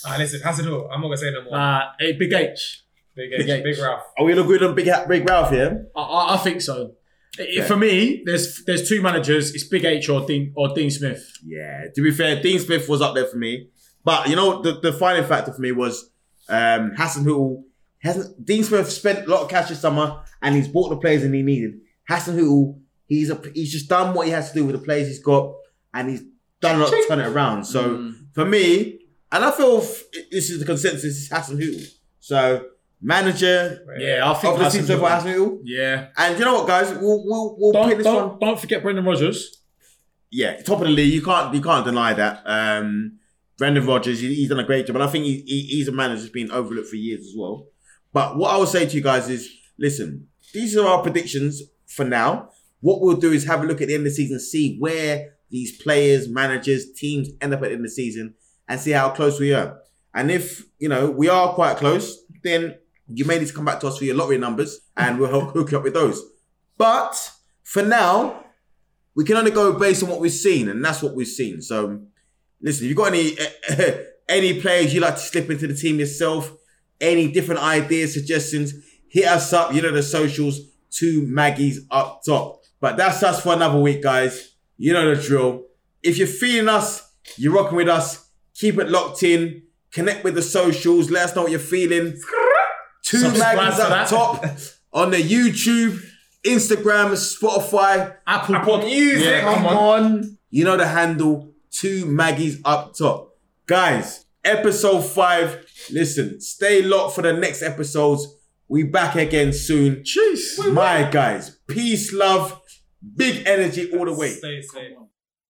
Ah, listen, Hassador. I'm not gonna say no more. Uh, hey, Big H. big H, H. big Ralph. Are we looking good on Big Hat, Big Ralph here? I, I, I think so. I- For me, there's there's two managers. It's Big H or Dean or Dean Smith. Yeah, to be fair, Dean Smith was up there for me. But you know, the, the final factor for me was um, Hassan Hootle. Hasn't Dean Smith spent a lot of cash this summer and he's bought the players that he needed. Hassan Hootle, he's a, he's just done what he has to do with the players he's got and he's done a lot to turn it around. So Hmm. for me, and I feel f- this is the consensus is Hassan Hootle. So manager Yeah, I think of the that's season a so good far, one. Hassan Hootle. Yeah. And you know what, guys, we'll we'll, we'll pick Don't, this one. don't, don't forget Brendan Rodgers. yeah, top of the league. You can't you can't deny that. Um, Brendan Rodgers, he, he's done a great job, and I think he, he, he's a manager that's been overlooked for years as well. But what I will say to you guys is, listen, these are our predictions for now. What we'll do is have a look at the end of the season, see where these players, managers, teams end up at the end of the season, and see how close we are. And if you know we are quite close, then you may need to come back to us for your lottery numbers, and we'll help hook you up with those. But for now, we can only go based on what we've seen, and that's what we've seen. So, listen, if you've got any any players you like to slip into the team yourself, any different ideas, suggestions, hit us up. You know the socials, two Maggie's up top. But that's us for another week, guys. You know the drill. If you're feeling us, you're rocking with us. Keep it locked in. Connect with the socials. Let us know what you're feeling. Two Subscribe Maggie's to up that. top on the YouTube, Instagram, Spotify. Apple, Apple Pod- Music, Yeah, come on. You know the handle, two Maggie's up top. Guys, episode five. Listen, stay locked for the next episodes. We back again soon. Jeez. My guys, peace, love, big energy all the way. Stay safe. Come on.